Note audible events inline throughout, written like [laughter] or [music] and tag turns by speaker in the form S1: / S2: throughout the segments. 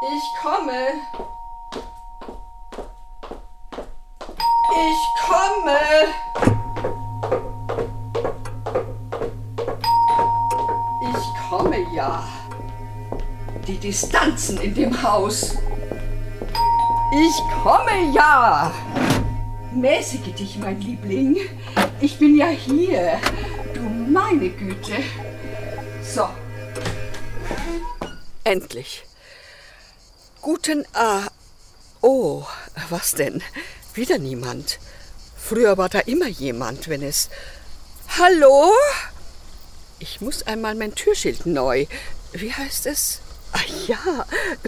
S1: Ich komme. Ich komme. Ich komme ja. Die Distanzen in dem Haus. Ich komme ja. Mäßige dich, mein Liebling. Ich bin ja hier. Du meine Güte. So. Endlich. Guten A. Oh, was denn? Wieder niemand. Früher war da immer jemand, wenn es. Hallo? Ich muss einmal mein Türschild neu. Wie heißt es? Ah ja,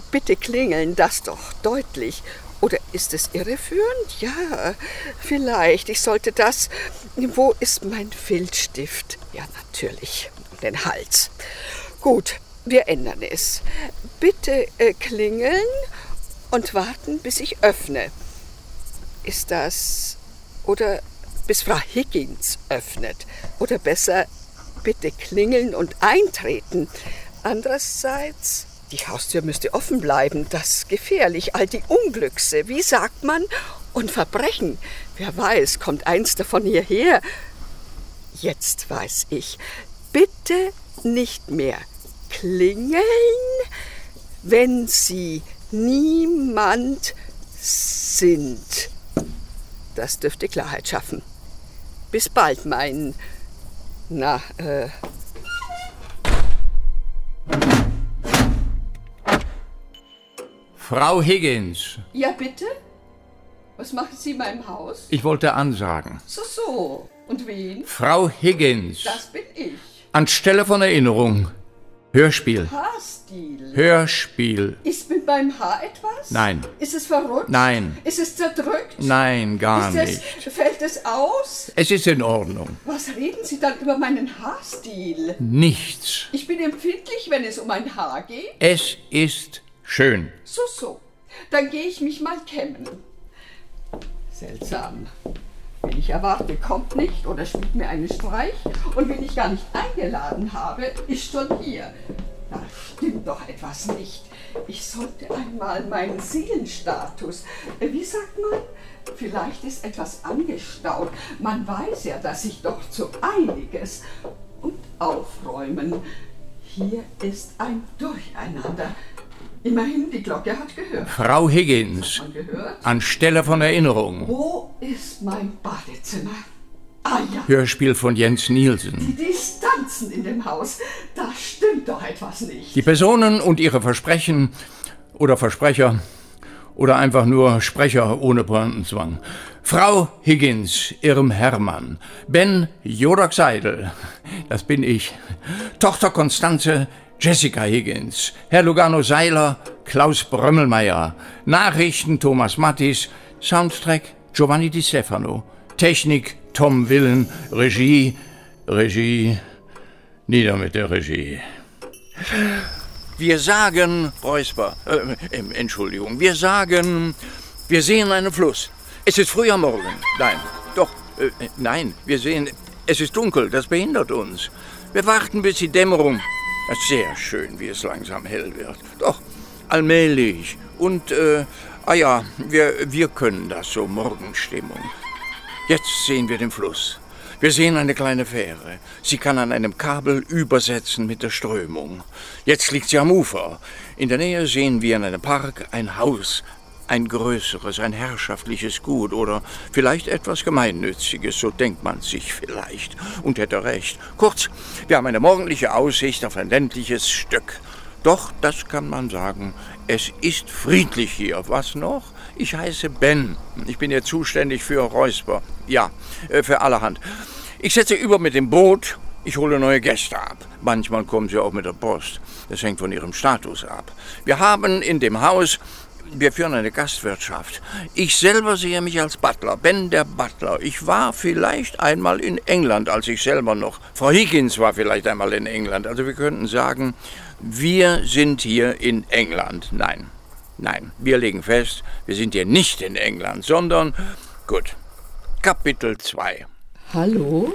S1: bitte klingeln, das doch deutlich. Oder ist es irreführend? Ja, vielleicht. Ich sollte das. Wo ist mein Filzstift? Ja, natürlich. Um den Hals. Gut, wir ändern es. Bitte äh, klingeln und warten, bis ich öffne. Ist das. Oder bis Frau Higgins öffnet. Oder besser, bitte klingeln und eintreten. Andererseits, die Haustür müsste offen bleiben. Das ist gefährlich. All die Unglückse, wie sagt man? Und Verbrechen. Wer weiß, kommt eins davon hierher. Jetzt weiß ich. Bitte nicht mehr klingeln, wenn Sie niemand sind. Das dürfte Klarheit schaffen. Bis bald, mein. Na, äh.
S2: Frau Higgins,
S1: Ja, bitte? Was machen Sie in meinem Haus?
S2: ich wollte ansagen.
S1: So, so. Und wen?
S2: Frau Higgins,
S1: Das bin ich.
S2: anstelle von Erinnerung. Hörspiel.
S1: Haarstil.
S2: Hörspiel.
S1: Ist mit meinem Haar etwas?
S2: Nein.
S1: Ist es verrutscht?
S2: Nein.
S1: Ist es zerdrückt?
S2: Nein, gar
S1: Ist es,
S2: nicht.
S1: fällt es aus?
S2: Es ist in Ordnung.
S1: Was reden Sie dann über meinen Haarstil?
S2: Nichts.
S1: Ich bin empfindlich, wenn es um ein Haar geht.
S2: Es ist schön.
S1: So, so. Dann gehe ich mich mal kämmen. Seltsam. Wenn ich erwarte, kommt nicht oder spielt mir einen Streich und wenn ich gar nicht eingeladen habe, ist schon hier. Da stimmt doch etwas nicht. Ich sollte einmal meinen Seelenstatus, äh, wie sagt man? Vielleicht ist etwas angestaut. Man weiß ja, dass ich doch zu einiges und aufräumen. Hier ist ein Durcheinander. Immerhin, die Glocke hat gehört.
S2: Frau Higgins,
S1: Man gehört.
S2: anstelle von Erinnerung.
S1: Wo ist mein Badezimmer? Ah ja,
S2: Hörspiel von Jens Nielsen.
S1: die Distanzen in dem Haus. Da stimmt doch etwas nicht.
S2: Die Personen und ihre Versprechen oder Versprecher oder einfach nur Sprecher ohne Brandenzwang. Frau Higgins, ihrem Hermann. Ben Jodak Seidel, das bin ich. Tochter Konstanze, Jessica Higgins. Herr Lugano Seiler, Klaus Brömmelmeier. Nachrichten Thomas Mattis. Soundtrack Giovanni Di Stefano. Technik Tom Willen. Regie, Regie, nieder mit der Regie. Wir sagen, Räusper, äh, ähm, Entschuldigung, wir sagen, wir sehen einen Fluss. Es ist früh am Morgen. Nein, doch, äh, nein, wir sehen, es ist dunkel, das behindert uns. Wir warten bis die Dämmerung. Es ist Sehr schön, wie es langsam hell wird. Doch, allmählich. Und, äh, ah ja, wir, wir können das so, Morgenstimmung. Jetzt sehen wir den Fluss. Wir sehen eine kleine Fähre. Sie kann an einem Kabel übersetzen mit der Strömung. Jetzt liegt sie am Ufer. In der Nähe sehen wir in einem Park ein Haus. Ein größeres, ein herrschaftliches Gut oder vielleicht etwas Gemeinnütziges, so denkt man sich vielleicht und hätte recht. Kurz, wir haben eine morgendliche Aussicht auf ein ländliches Stück. Doch, das kann man sagen. Es ist friedlich hier. Was noch? Ich heiße Ben. Ich bin hier zuständig für Räusper. Ja, äh, für allerhand. Ich setze über mit dem Boot. Ich hole neue Gäste ab. Manchmal kommen sie auch mit der Post. Das hängt von ihrem Status ab. Wir haben in dem Haus wir führen eine Gastwirtschaft. Ich selber sehe mich als Butler, Ben der Butler. Ich war vielleicht einmal in England, als ich selber noch. Frau Higgins war vielleicht einmal in England. Also wir könnten sagen, wir sind hier in England. Nein, nein, wir legen fest, wir sind hier nicht in England, sondern, gut, Kapitel 2.
S1: Hallo?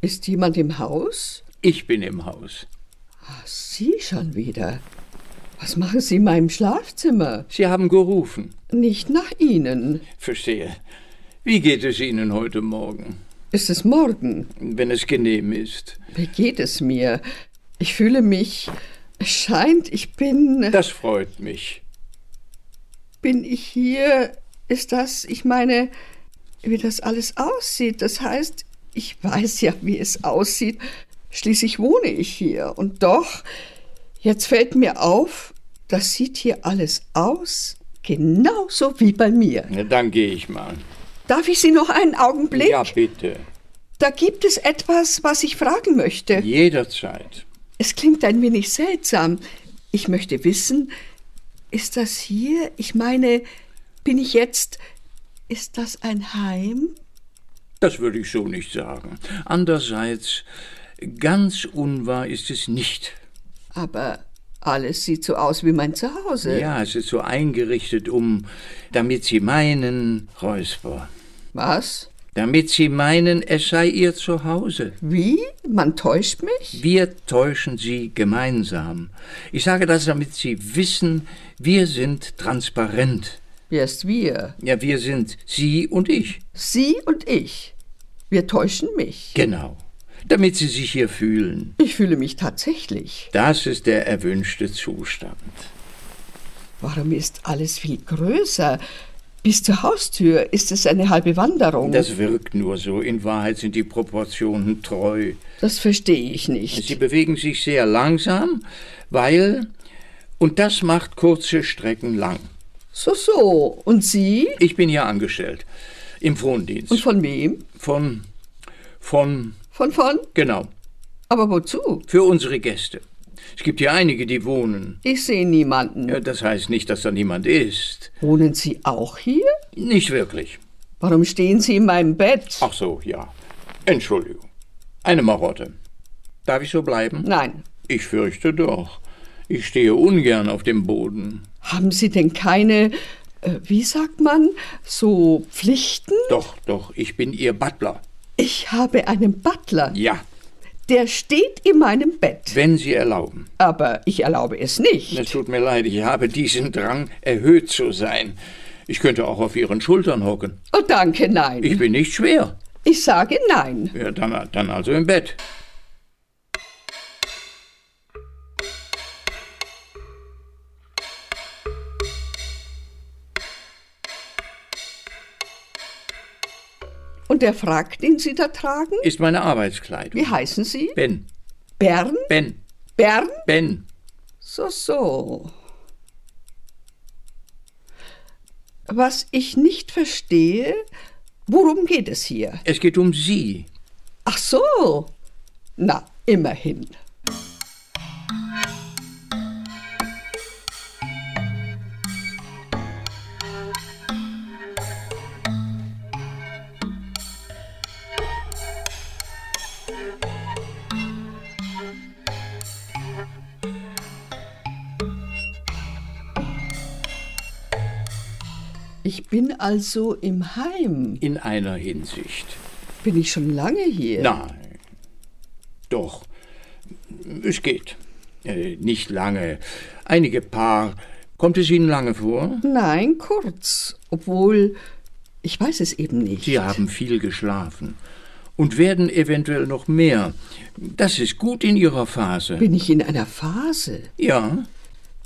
S1: Ist jemand im Haus?
S2: Ich bin im Haus.
S1: Sie schon wieder. Was machen Sie in meinem Schlafzimmer?
S3: Sie haben gerufen.
S1: Nicht nach Ihnen.
S3: Verstehe. Wie geht es Ihnen heute Morgen,
S1: Ist es morgen?
S3: wenn es genehm ist?
S1: Wie geht es mir? Ich fühle mich. Es scheint, ich bin.
S3: Das freut mich.
S1: Bin ich hier? Ist das, ich meine, wie das alles aussieht? Das heißt, ich weiß ja, wie es aussieht. Schließlich wohne ich hier. Und doch, jetzt fällt mir auf, das sieht hier alles aus, genauso wie bei mir.
S3: Na, dann gehe ich mal.
S1: Darf ich Sie noch einen Augenblick?
S3: Ja, bitte.
S1: Da gibt es etwas, was ich fragen möchte.
S3: Jederzeit.
S1: Es klingt ein wenig seltsam. Ich möchte wissen, ist das hier, ich meine, bin ich jetzt, ist das ein Heim?
S3: Das würde ich so nicht sagen. Andererseits, ganz unwahr ist es nicht.
S1: Aber alles sieht so aus wie mein Zuhause.
S3: Ja, es ist so eingerichtet, um, damit Sie meinen, Räusper,
S1: Was?
S3: damit Sie meinen, es sei Ihr Zuhause.
S1: Wie? Man täuscht mich?
S3: Wir täuschen Sie gemeinsam. Ich sage das, damit Sie wissen, wir sind transparent.
S1: Wer ist wir?
S3: Ja, wir sind Sie und ich.
S1: Sie und ich. Wir täuschen mich.
S3: Genau. Damit Sie sich hier fühlen.
S1: Ich fühle mich tatsächlich.
S3: Das ist der erwünschte Zustand.
S1: Warum ist alles viel größer? Bis zur Haustür ist es eine halbe Wanderung.
S3: Das wirkt nur so. In Wahrheit sind die Proportionen treu.
S1: das verstehe ich nicht.
S3: Sie bewegen sich sehr langsam, weil. Und das macht kurze Strecken lang.
S1: So, so. Und Sie?
S3: Ich bin hier angestellt. Im
S1: Und
S3: Frondienst.
S1: von wem?
S3: Von. Von.
S1: Von von?
S3: Genau.
S1: Aber wozu?
S3: Für unsere Gäste. Es gibt hier einige, die wohnen.
S1: Ich sehe niemanden.
S3: Ja, das heißt nicht, dass da niemand ist.
S1: Wohnen Sie auch hier?
S3: Nicht wirklich.
S1: Warum stehen Sie in meinem Bett?
S3: Ach so, ja. Entschuldigung. Eine Marotte. Darf ich so bleiben?
S1: Nein.
S3: Ich fürchte doch. Ich stehe ungern auf dem Boden.
S1: Haben Sie denn keine, äh, wie sagt man, so Pflichten?
S3: Doch, doch, ich bin Ihr Butler.
S1: Ich habe einen Butler.
S3: Ja,
S1: Der steht in meinem Bett.
S3: wenn Sie erlauben.
S1: Aber ich erlaube es nicht.
S3: Es tut mir leid, ich habe diesen Drang, erhöht zu sein. Ich könnte auch auf Ihren Schultern hocken.
S1: Oh, danke, nein.
S3: Ich bin nicht schwer.
S1: ich sage nein.
S3: Ja, dann, dann also im Bett.
S1: Und der Frack, den Sie da tragen?
S3: Ist meine Arbeitskleidung.
S1: Wie heißen Sie?
S3: Ben,
S1: Bern?
S3: Ben,
S1: Bern?
S3: Ben.
S1: So, so. Was ich nicht verstehe, worum geht es hier?
S3: Es geht um Sie.
S1: Ach so. Na, immerhin. Ich bin also im Heim.
S3: In einer Hinsicht.
S1: Bin ich schon lange hier?
S3: Nein. Doch. Es geht. Äh, nicht lange. Einige Paar. Kommt es Ihnen lange vor?
S1: Nein, kurz. Obwohl, ich weiß es eben nicht.
S3: Sie haben viel geschlafen und werden eventuell noch mehr. Das ist gut in Ihrer Phase.
S1: Bin ich in einer Phase?
S3: Ja,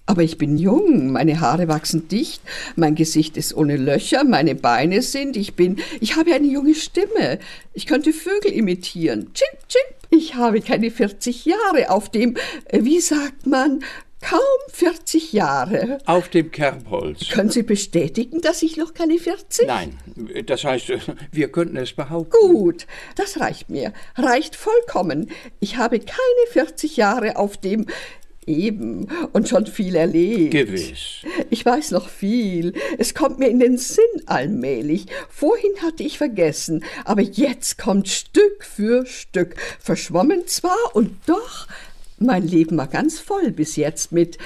S1: Aber ich bin jung, meine Haare wachsen dicht, mein Gesicht ist ohne Löcher, meine Beine sind, ich bin, ich habe eine junge Stimme. Ich könnte Vögel imitieren. Chip, chip. Ich habe keine 40 Jahre auf dem, äh, wie sagt man, kaum 40 Jahre.
S3: auf dem Kerbholz.
S1: Können Sie bestätigen, dass ich noch keine 40?
S3: Nein, das heißt, äh, wir könnten es behaupten.
S1: Gut, das reicht mir. Reicht vollkommen. Ich habe keine 40 Jahre auf dem eben und schon viel erlebt.
S3: Gewiss.
S1: Ich weiß noch viel. Es kommt mir in den Sinn allmählich. Vorhin hatte ich vergessen, aber jetzt kommt Stück für Stück. Verschwommen zwar und doch, mein Leben war ganz voll bis jetzt mit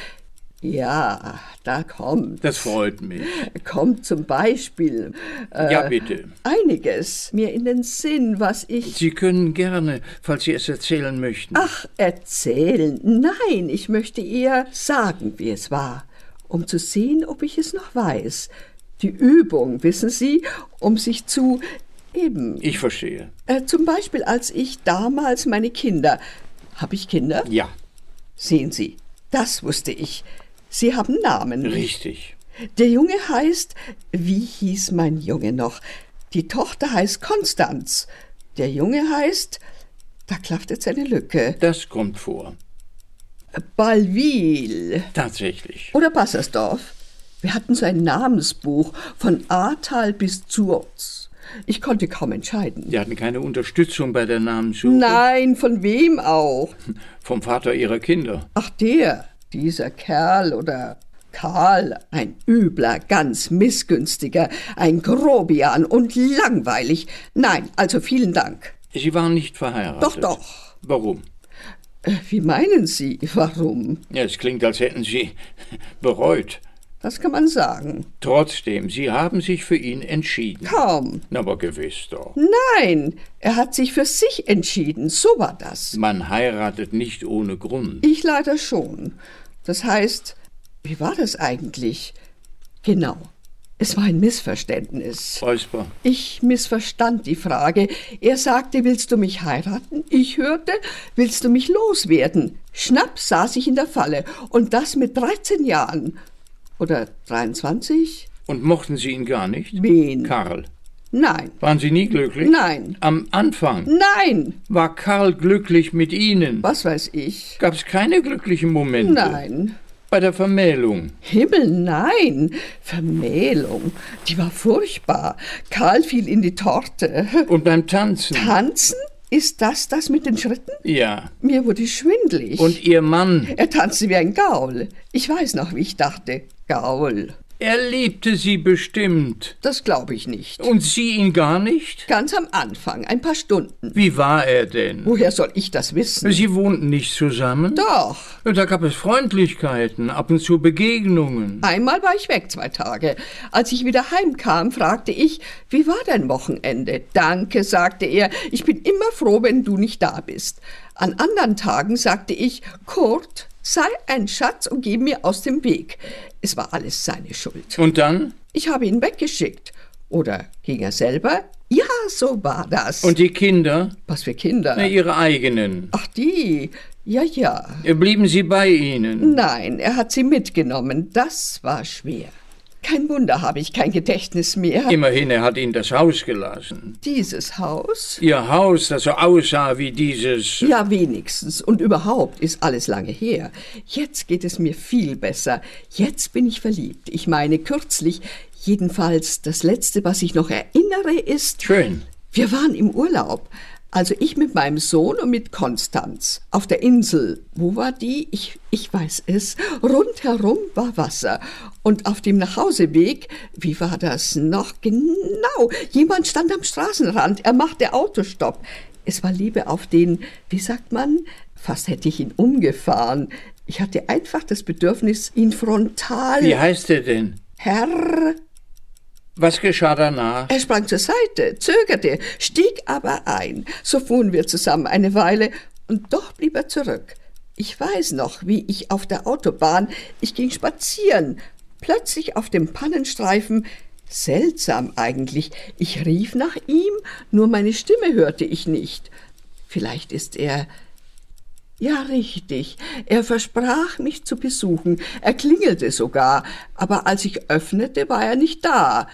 S1: Ja, da kommt.
S3: Das freut mich.
S1: Kommt zum Beispiel äh,
S3: ja, bitte.
S1: einiges mir in den Sinn, was ich
S3: Sie können gerne, falls Sie es erzählen möchten.
S1: Ach, erzählen. Nein, ich möchte ihr sagen, wie es war, um zu sehen, ob ich es noch weiß. Die Übung, wissen Sie, um sich zu eben.
S3: Ich verstehe.
S1: Äh, zum Beispiel, als ich damals meine Kinder. Habe ich Kinder?
S3: Ja,
S1: Sehen Sie, das wusste ich. Sie haben Namen.
S3: richtig.
S1: Der Junge heißt, wie hieß mein Junge noch? Die Tochter heißt Konstanz. Der Junge heißt, da klafft jetzt eine Lücke,
S3: Das kommt vor.
S1: Balwil.
S3: Tatsächlich.
S1: Oder Bassersdorf. Wir hatten so ein Namensbuch von Ahrtal bis Zurz. Ich konnte kaum entscheiden.
S3: Sie hatten keine Unterstützung bei der Namenssuche
S1: Nein, von wem auch?
S3: vom Vater Ihrer Kinder.
S1: Ach der, dieser Kerl oder Karl, ein übler, ganz missgünstiger, ein Grobian und langweilig. Nein, also vielen Dank.
S3: Sie waren nicht verheiratet.
S1: Doch, doch.
S3: Warum?
S1: Äh, Wie meinen Sie, warum?
S3: Ja, es klingt, als hätten Sie bereut.
S1: Das kann man sagen.
S3: Trotzdem, Sie haben sich für ihn entschieden.
S1: Kaum.
S3: Na, Aber gewiss doch.
S1: Nein, er hat sich für sich entschieden. So war das.
S3: Man heiratet nicht ohne Grund.
S1: Ich leider schon. Das heißt, wie war das eigentlich? Genau. Es war ein Missverständnis.
S3: Räusper.
S1: Ich missverstand die Frage. Er sagte, willst du mich heiraten? Ich hörte, willst du mich loswerden? Schnapp saß ich in der Falle. Und das mit 13 Jahren. Oder 23?
S3: Und mochten Sie ihn gar nicht?
S1: Wen?
S3: Karl.
S1: Nein.
S3: Waren Sie nie glücklich?
S1: Nein.
S3: Am Anfang
S1: Nein.
S3: war Karl glücklich mit Ihnen.
S1: Was weiß ich?
S3: Gab es keine glücklichen Momente?
S1: Nein.
S3: Bei der Vermählung.
S1: Himmel, nein! Vermählung, die war furchtbar. Karl fiel in die Torte.
S3: Und beim Tanzen.
S1: Tanzen? Ist das das mit den Schritten?
S3: ja.
S1: Mir wurde schwindlig.
S3: Und Ihr Mann.
S1: er tanzte wie ein Gaul. Ich weiß noch, wie ich dachte. Gaul.
S3: Er liebte Sie bestimmt.
S1: Das glaube ich nicht.
S3: Und Sie ihn gar nicht?
S1: Ganz am Anfang, ein paar Stunden.
S3: Wie war er denn?
S1: Woher soll ich das wissen?
S3: Sie wohnten nicht zusammen?
S1: Doch.
S3: Da gab es Freundlichkeiten, ab und zu Begegnungen.
S1: Einmal war ich weg zwei Tage. Als ich wieder heimkam, fragte ich, wie war dein Wochenende? Danke, sagte er, ich bin immer froh, wenn du nicht da bist. An anderen Tagen sagte ich, Kurt, sei ein Schatz und geh mir aus dem Weg. Es war alles seine Schuld.
S3: Und dann?
S1: Ich habe ihn weggeschickt. Oder ging er selber? Ja, so war das.
S3: Und die Kinder?
S1: was für Kinder.
S3: Na, ihre eigenen.
S1: Ach, die. Ja, ja.
S3: Blieben Sie bei ihnen?
S1: Nein, er hat sie mitgenommen. Das war schwer. Kein Wunder habe ich kein Gedächtnis mehr.
S3: Immerhin, er hat ihnen das Haus gelassen.
S1: Dieses Haus?
S3: Ihr Haus, das so aussah wie dieses.
S1: Ja, wenigstens. Und überhaupt ist alles lange her. Jetzt geht es mir viel besser. Jetzt bin ich verliebt. Ich meine, kürzlich, jedenfalls, das Letzte, was ich noch erinnere, ist,
S3: Schön.
S1: wir waren im Urlaub. Also ich mit meinem Sohn und mit Konstanz auf der Insel. Wo war die? Ich, ich weiß es. Rundherum war Wasser. Und auf dem Nachhauseweg, wie war das noch genau? Jemand stand am Straßenrand. Er machte Autostopp. Es war Liebe auf den, wie sagt man? Fast hätte ich ihn umgefahren. Ich hatte einfach das Bedürfnis, ihn frontal.
S3: Wie heißt er denn?
S1: Herr.
S3: Was geschah danach?
S1: Er sprang zur Seite, zögerte, stieg aber ein. So fuhren wir zusammen eine Weile und doch blieb er zurück. Ich weiß noch, wie ich auf der Autobahn, ich ging spazieren, plötzlich auf dem Pannenstreifen, seltsam eigentlich, ich rief nach ihm, nur meine Stimme hörte ich nicht. Vielleicht ist er ja, richtig. Er versprach, mich zu besuchen. Er klingelte sogar, aber als ich öffnete, war er nicht da.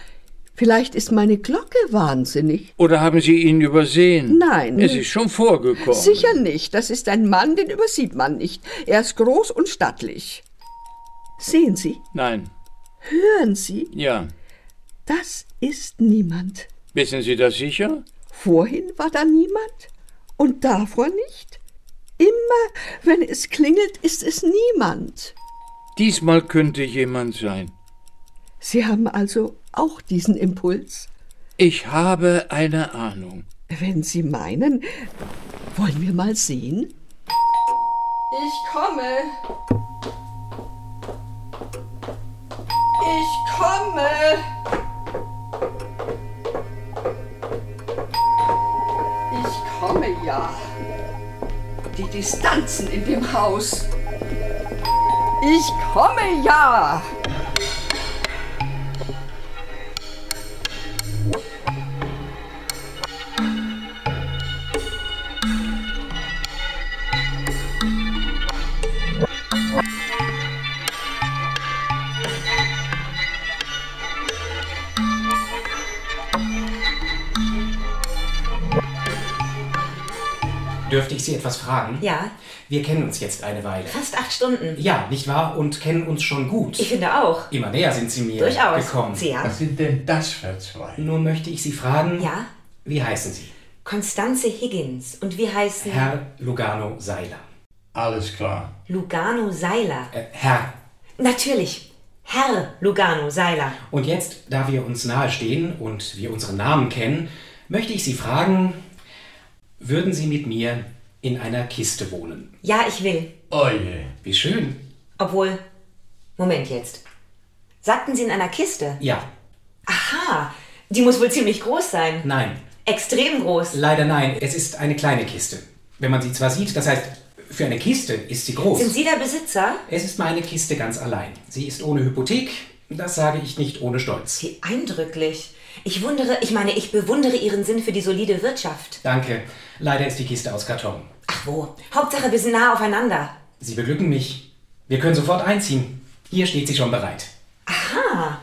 S1: Vielleicht ist meine Glocke wahnsinnig.
S3: Oder haben Sie ihn übersehen?
S1: Nein.
S3: Es ist schon vorgekommen.
S1: Sicher nicht. Das ist ein Mann, den übersieht man nicht. Er ist groß und stattlich. Sehen Sie,
S3: Nein.
S1: hören Sie,
S3: Ja.
S1: das ist niemand.
S3: Wissen Sie das sicher?
S1: Vorhin war da niemand und davor nicht. Immer, wenn es klingelt, ist es niemand.
S3: Diesmal könnte jemand sein.
S1: Sie haben also auch diesen Impuls?
S3: Ich habe eine Ahnung.
S1: Wenn Sie meinen, wollen wir mal sehen? Ich komme. Distanzen in dem Haus. Ich komme ja.
S4: Dürfte ich Sie etwas fragen?
S5: Ja,
S4: Wir kennen uns jetzt eine Weile.
S5: fast acht Stunden.
S4: Ja, nicht wahr? Und kennen uns schon gut.
S5: Ich finde auch.
S4: Immer näher sind Sie mir
S5: Durchaus.
S4: gekommen.
S5: Sehr.
S2: Was sind denn das für zwei?
S4: Nur möchte ich Sie fragen,
S5: Ja,
S4: wie heißen Sie?
S5: Konstanze Higgins. Und wir heißen
S4: Herr Lugano Seiler.
S2: Alles klar.
S5: Lugano Seiler.
S4: Äh, Herr.
S5: Natürlich. Herr Lugano Seiler.
S4: Und jetzt, da wir uns nahestehen und wir unseren Namen kennen, möchte ich Sie fragen, würden Sie mit mir in einer Kiste wohnen?
S5: Ja, ich will.
S3: Oh
S2: Oje.
S4: Wie schön.
S5: Obwohl. Moment jetzt. Sagten Sie in einer Kiste?
S4: Ja,
S5: Aha, die muss wohl ziemlich groß sein.
S4: nein.
S5: Extrem groß.
S4: Leider nein. Es ist eine kleine Kiste. Wenn man sie zwar sieht, das heißt, für eine Kiste ist sie groß.
S5: Sind Sie der Besitzer?
S4: Es ist meine Kiste ganz allein. Sie ist ohne Hypothek, das sage ich nicht ohne Stolz.
S5: Wie eindrücklich. Ich wundere, ich meine, ich bewundere Ihren Sinn für die solide Wirtschaft.
S4: Danke, leider ist die Kiste aus Karton.
S5: Ach wo, Hauptsache wir sind nah aufeinander.
S4: Sie beglücken mich. Wir können sofort einziehen. Hier steht sie schon bereit.
S5: Ah, ah,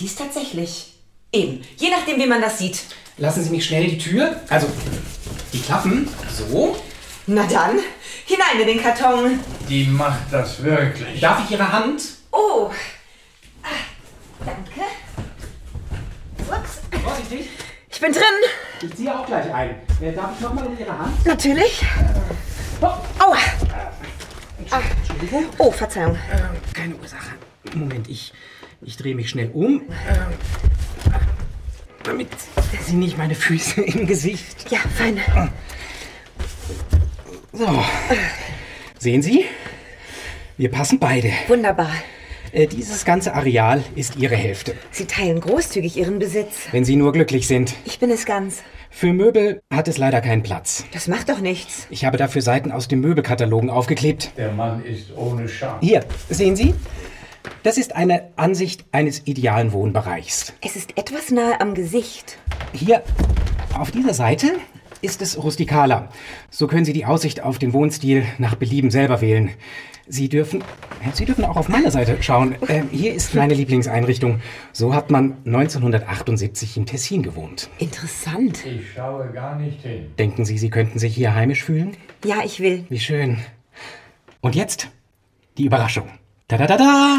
S5: die ist tatsächlich. Eben, je nachdem, wie man das sieht.
S4: Lassen Sie mich schnell die Tür, also die Klappen, so.
S5: Na dann, hinein in den Karton.
S2: Die macht das wirklich.
S4: Darf ich Ihre Hand?
S5: Oh, ah, danke. Ups,
S4: Vorsichtig,
S5: ich bin drin.
S4: ich ziehe auch gleich ein. Äh, Darf ich nochmal in Ihre Hand?
S5: Natürlich. Aua. Oh. Ah. Oh, Verzeihung.
S4: Keine Ursache. Moment, ich, ich drehe mich schnell um. damit Sie nicht meine Füße [laughs] im Gesicht
S5: Ja, fein.
S4: So. Sehen Sie? Wir passen beide.
S5: Wunderbar.
S4: Äh, dieses ganze Areal ist Ihre Hälfte,
S5: Sie teilen großzügig Ihren Besitz.
S4: wenn Sie nur glücklich sind.
S5: Ich bin es ganz.
S4: Für Möbel hat es leider keinen Platz.
S5: Das macht doch nichts.
S4: Ich habe dafür Seiten aus den Möbelkatalogen aufgeklebt.
S2: Der Mann ist ohne Scham.
S4: Hier, sehen Sie? Das ist eine Ansicht eines idealen Wohnbereichs.
S5: Es ist etwas nahe am Gesicht.
S4: Hier, auf dieser Seite ist es rustikaler. So können Sie die Aussicht auf den Wohnstil nach Belieben selber wählen. Sie dürfen, Sie dürfen auch auf meine Seite schauen. Ähm, hier ist meine Lieblingseinrichtung. So hat man 1978 in Tessin gewohnt.
S5: Interessant.
S2: Ich schaue gar nicht hin.
S4: Denken Sie, Sie könnten sich hier heimisch fühlen?
S5: Ja, ich will.
S4: Wie schön. Und jetzt die Überraschung. Da da da da!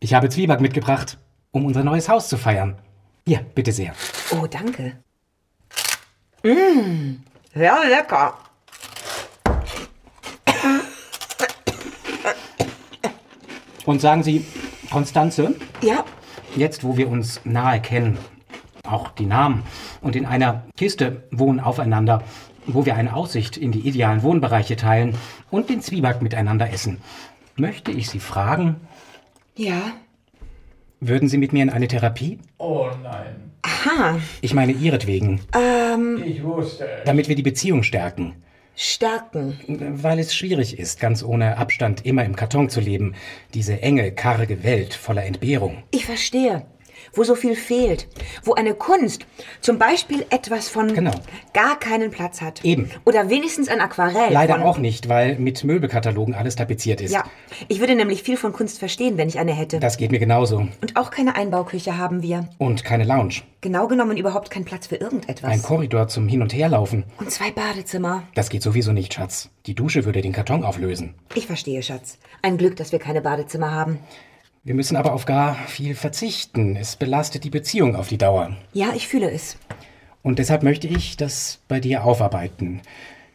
S4: Ich habe Zwieback mitgebracht, um unser neues Haus zu feiern. Hier, bitte sehr.
S5: Oh, danke. Mmh, sehr lecker.
S4: Und sagen Sie, Konstanze,
S5: Ja,
S4: Jetzt, wo wir uns nahe kennen, auch die Namen, und in einer Kiste wohnen aufeinander, wo wir eine Aussicht in die idealen Wohnbereiche teilen und den Zwieback miteinander essen, möchte ich Sie fragen,
S5: ja.
S4: würden Sie mit mir in eine Therapie?
S2: Oh nein.
S5: Aha, Ähm.
S4: Ich meine Ihretwegen,
S2: Ich wusste es.
S4: damit wir die Beziehung stärken.
S5: Stärken.
S4: Weil es schwierig ist, ganz ohne Abstand immer im Karton zu leben, diese enge, karge Welt voller Entbehrung.
S5: Ich verstehe. Wo so viel fehlt. Wo eine Kunst zum Beispiel etwas von
S4: Genau.
S5: gar keinen Platz hat.
S4: Eben.
S5: Oder wenigstens ein Aquarell.
S4: Leider
S5: Äh, von,
S4: auch nicht, weil mit Möbelkatalogen alles tapeziert ist.
S5: Ja, ich würde nämlich viel von Kunst verstehen, wenn ich eine hätte.
S4: Das geht mir genauso.
S5: Und auch keine Einbauküche haben wir.
S4: Und keine Lounge.
S5: Genau genommen überhaupt keinen Platz für
S4: Ein
S5: irgendetwas.
S4: Korridor zum Hin- und Herlaufen.
S5: Und zwei Badezimmer.
S4: Das geht sowieso nicht, Schatz. Die Dusche würde den Karton auflösen.
S5: Ich verstehe, Schatz. Ein Glück, dass wir keine Badezimmer haben.
S4: Wir müssen aber auf gar viel verzichten. Es belastet die Beziehung auf die Dauer.
S5: Ja, ich fühle es.
S4: Und deshalb möchte ich das bei dir aufarbeiten.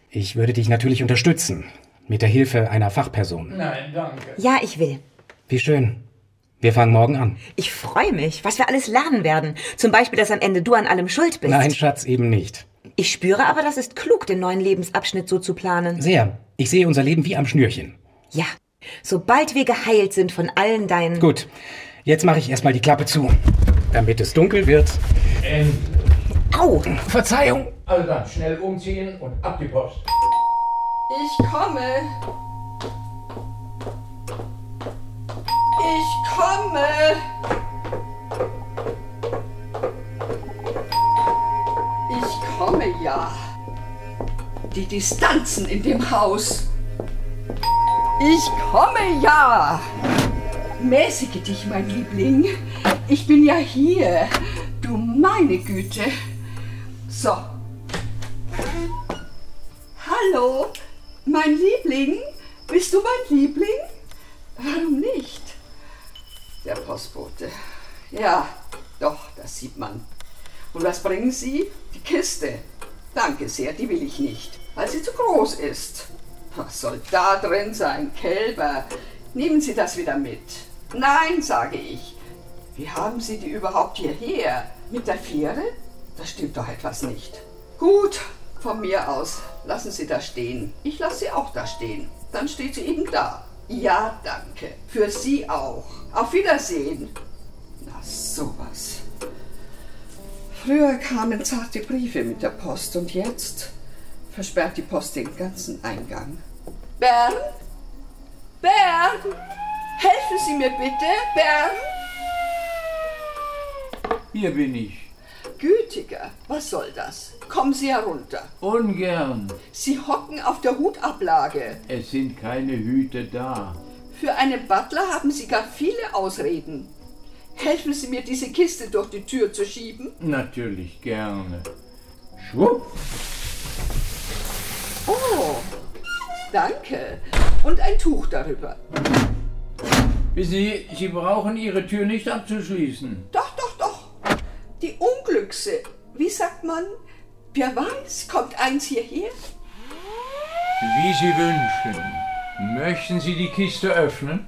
S4: Ich würde dich natürlich unterstützen. Mit der Hilfe einer Fachperson.
S2: Nein, danke.
S5: Ja, ich will.
S4: Wie schön. Wir fangen morgen an.
S5: Ich freue mich, was wir alles lernen werden. Zum Beispiel, dass am Ende du an allem schuld bist.
S4: Nein, Schatz, eben nicht.
S5: Ich spüre aber, das ist klug, den neuen Lebensabschnitt so zu planen.
S4: Sehr. Ich sehe unser Leben wie am Schnürchen.
S5: Ja. Sobald wir geheilt sind von allen deinen.
S4: Gut. Jetzt mache ich erstmal die Klappe zu. Damit es dunkel wird.
S2: Endlich.
S5: Au!
S4: Verzeihung.
S2: Also dann schnell umziehen und ab die Post.
S6: Ich komme. Ich komme.
S1: Ich komme ja. Die Distanzen in dem Haus. Ich komme ja. Mäßige dich, mein Liebling. Ich bin ja hier. Du meine Güte. So. Hallo, mein Liebling. Bist du mein Liebling? Warum nicht? Der Postbote. Ja, doch, das sieht man. Und was bringen Sie? Die Kiste. Danke sehr, die will ich nicht, weil sie zu groß ist. Was soll da drin sein, Kälber? Nehmen Sie das wieder mit. Nein, sage ich. Wie haben Sie die überhaupt hierher? Mit der Fähre? Da stimmt doch etwas nicht. Gut, von mir aus. Lassen Sie da stehen. Ich lasse sie auch da stehen. Dann steht sie eben da. Ja, danke. Für Sie auch. Auf Wiedersehen. Na, sowas. Früher kamen zarte Briefe mit der Post und jetzt versperrt die Post den ganzen Eingang.
S6: Bern? Bern? Helfen Sie mir bitte, Bern?
S3: Hier bin ich.
S1: Gütiger, was soll das? Kommen Sie herunter.
S3: Ungern.
S1: Sie hocken auf der Hutablage.
S3: Es sind keine Hüte da.
S1: Für einen Butler haben Sie gar viele Ausreden. Helfen Sie mir, diese Kiste durch die Tür zu schieben?
S3: Natürlich gerne. Schwupp.
S1: Oh, danke. Und ein Tuch darüber.
S3: Wissen Sie, Sie brauchen Ihre Tür nicht abzuschließen.
S1: Doch, doch, doch. Die Unglückse. Wie sagt man? Wer weiß, kommt eins hierher?
S3: Wie Sie wünschen. Möchten Sie die Kiste öffnen?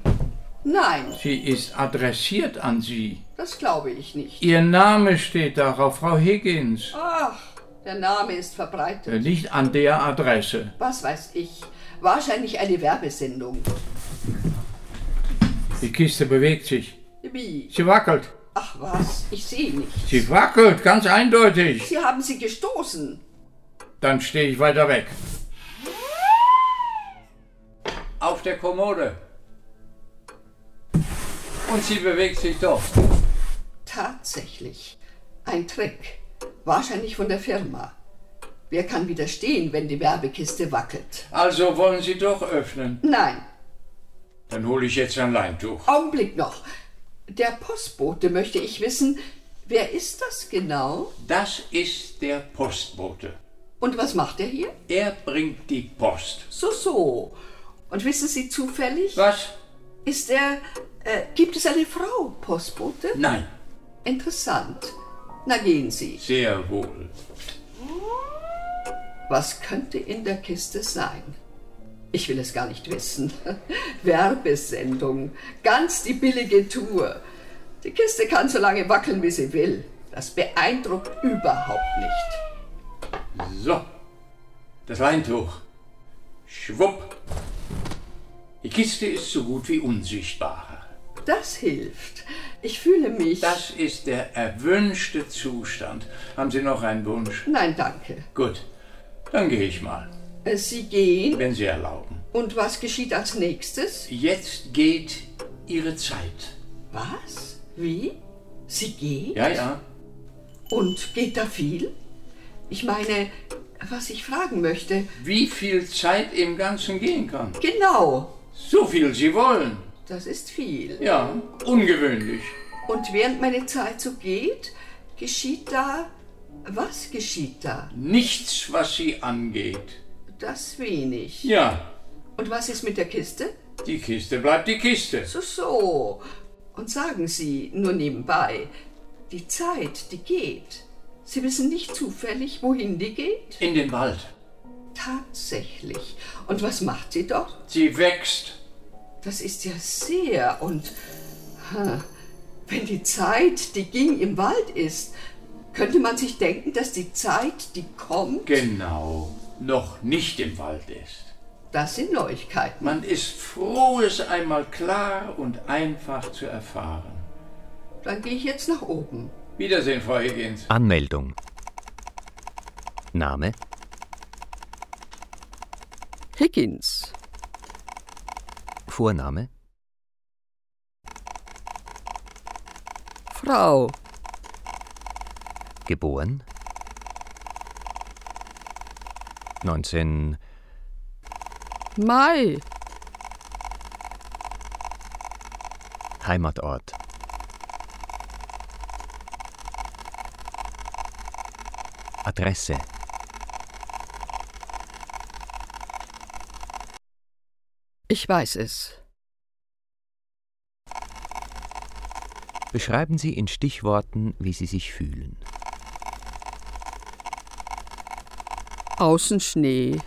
S1: Nein,
S3: Sie ist adressiert an Sie.
S1: das glaube ich nicht.
S3: Ihr Name steht darauf, Frau Higgins.
S1: Oh.
S3: Äh,
S1: Ach, der Name ist verbreitet.
S3: Nicht an der Adresse.
S1: Was weiß ich. Wahrscheinlich eine Werbesendung.
S3: Die Kiste bewegt sich.
S1: Wie?
S3: Sie wackelt.
S1: Ach was, ich sehe nicht.
S3: Sie wackelt, ganz eindeutig.
S1: Sie haben sie gestoßen.
S3: Dann stehe ich weiter weg. Auf der Kommode. Und sie bewegt sich doch.
S1: Tatsächlich. Ein Trick. Wahrscheinlich von der Firma. Wer kann widerstehen, wenn die Werbekiste wackelt?
S3: Also wollen Sie doch öffnen.
S1: Nein,
S3: Dann hole ich jetzt ein Leintuch.
S1: Augenblick noch. Der Postbote möchte ich wissen, wer ist das genau?
S3: Das ist der Postbote.
S1: Und was macht er hier?
S3: Er bringt die Post.
S1: So, so. Und wissen Sie zufällig,
S3: Was?
S1: ist er. Äh, gibt es eine Frau, Postbote?
S3: Nein.
S1: Interessant. Na gehen Sie.
S3: Sehr wohl.
S1: Was könnte in der Kiste sein? Ich will es gar nicht wissen. [laughs] Werbesendung. Ganz die billige Tour. Die Kiste kann so lange wackeln, wie sie will. Das beeindruckt überhaupt nicht.
S3: So. Das Leintuch. Schwupp. Die Kiste ist so gut wie unsichtbar.
S1: Das hilft. Ich fühle mich.
S3: Das ist der erwünschte Zustand. Haben Sie noch einen Wunsch?
S1: Nein, danke.
S3: Gut. Dann gehe ich mal,
S1: Äh, Sie gehen.
S3: wenn Sie erlauben.
S1: Und was geschieht als nächstes?
S3: Jetzt geht Ihre Zeit.
S1: Was? Wie? Sie geht?
S3: Ja, ja.
S1: Und geht da viel? Ich meine, was ich fragen möchte.
S3: Wie viel Zeit im Ganzen gehen kann.
S1: Genau.
S3: So viel Sie wollen.
S1: Das ist viel.
S3: Ja, ungewöhnlich.
S1: Und während meine Zeit so geht, geschieht da. Was geschieht da?
S3: Nichts, was Sie angeht.
S1: Das wenig.
S3: Ja,
S1: Und was ist mit der Kiste?
S3: die Kiste bleibt die Kiste.
S1: So, so. Und sagen Sie nur nebenbei, die Zeit, die geht. Sie wissen nicht zufällig, wohin die geht?
S3: In den Wald.
S1: Tatsächlich. Und was macht sie dort?
S3: Sie wächst.
S1: Das ist ja sehr und hm, wenn die Zeit, die ging, im Wald ist, könnte man sich denken, dass die Zeit, die kommt,
S3: Genau. Noch nicht im Wald ist.
S1: das sind Neuigkeiten.
S3: Man ist froh, es einmal klar und einfach zu erfahren.
S1: Dann gehe ich jetzt nach oben.
S3: Wiedersehen, Frau Higgins.
S7: Anmeldung. Name
S6: Higgins.
S7: Vorname,
S6: Frau
S7: geboren 19
S6: Mai
S7: Heimatort Adresse
S6: Ich weiß es.
S7: Beschreiben Sie in Stichworten, wie Sie sich fühlen.
S6: Außen Schnee.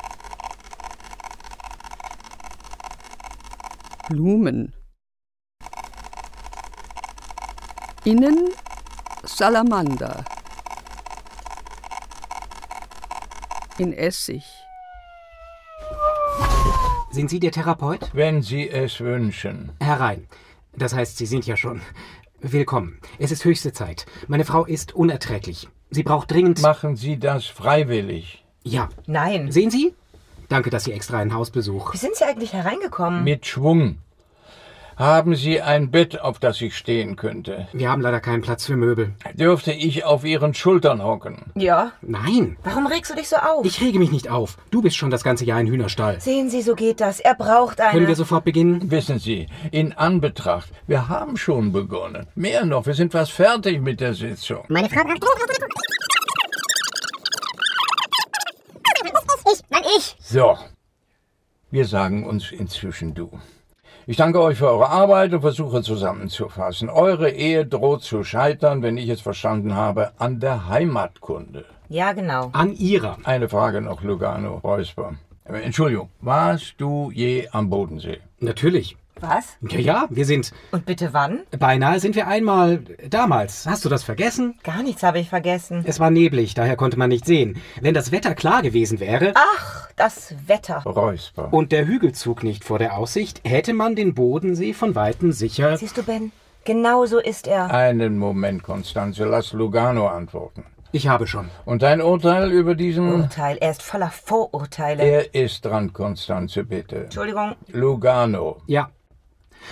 S6: Blumen. Innen Salamander. In Essig.
S4: Sind Sie der Therapeut?
S2: Wenn Sie es wünschen.
S4: Herein. Das heißt, Sie sind ja schon. Willkommen. Es ist höchste Zeit. Meine Frau ist unerträglich. Sie braucht dringend.
S2: Machen Sie das freiwillig.
S4: ja.
S5: Nein.
S4: Sehen Sie? Danke, dass Sie extra einen Hausbesuch.
S5: Wie sind Sie eigentlich hereingekommen?
S2: Mit Schwung. Haben Sie ein Bett, auf das ich stehen könnte?
S4: Wir haben leider keinen Platz für Möbel.
S2: Dürfte ich auf Ihren Schultern hocken?
S5: Ja.
S4: Nein.
S5: Warum regst du dich so auf?
S4: Ich rege mich nicht auf. Du bist schon das ganze Jahr ein Hühnerstall.
S5: Sehen Sie, so geht das. Er braucht eine.
S4: Können wir sofort beginnen?
S2: Wissen Sie, in Anbetracht, wir haben schon begonnen. Mehr noch, wir sind fast fertig mit der Sitzung.
S8: Meine Frau braucht. Ich, Mann, ich.
S2: So, wir sagen uns inzwischen du. Ich danke euch für eure Arbeit und versuche zusammenzufassen. Eure Ehe droht zu scheitern, wenn ich es verstanden habe, an der Heimatkunde.
S5: ja, genau.
S4: An ihrer.
S2: Eine Frage noch, Lugano, Räusper. Äh, Entschuldigung, warst du je am Bodensee?
S4: Natürlich.
S5: Was?
S4: Ja, ja, wir sind.
S5: Und bitte wann?
S4: Beinahe sind wir einmal. Damals. Hast du das vergessen?
S5: Gar nichts habe ich vergessen.
S4: Es war neblig, daher konnte man nicht sehen. Wenn das Wetter klar gewesen wäre
S5: Ach, das Wetter.
S4: Oh.
S2: Räusper.
S4: und der Hügelzug nicht vor der Aussicht, hätte man den Bodensee von Weitem sicher.
S5: Siehst du, Ben? Genau so ist er.
S2: Einen Moment, Konstanze, lass Lugano antworten.
S4: Ich habe schon.
S2: Und dein Urteil über diesen...
S5: Urteil. Er ist voller Vorurteile.
S2: Er ist dran, Konstanze, bitte.
S5: Entschuldigung.
S2: Lugano,
S4: Ja.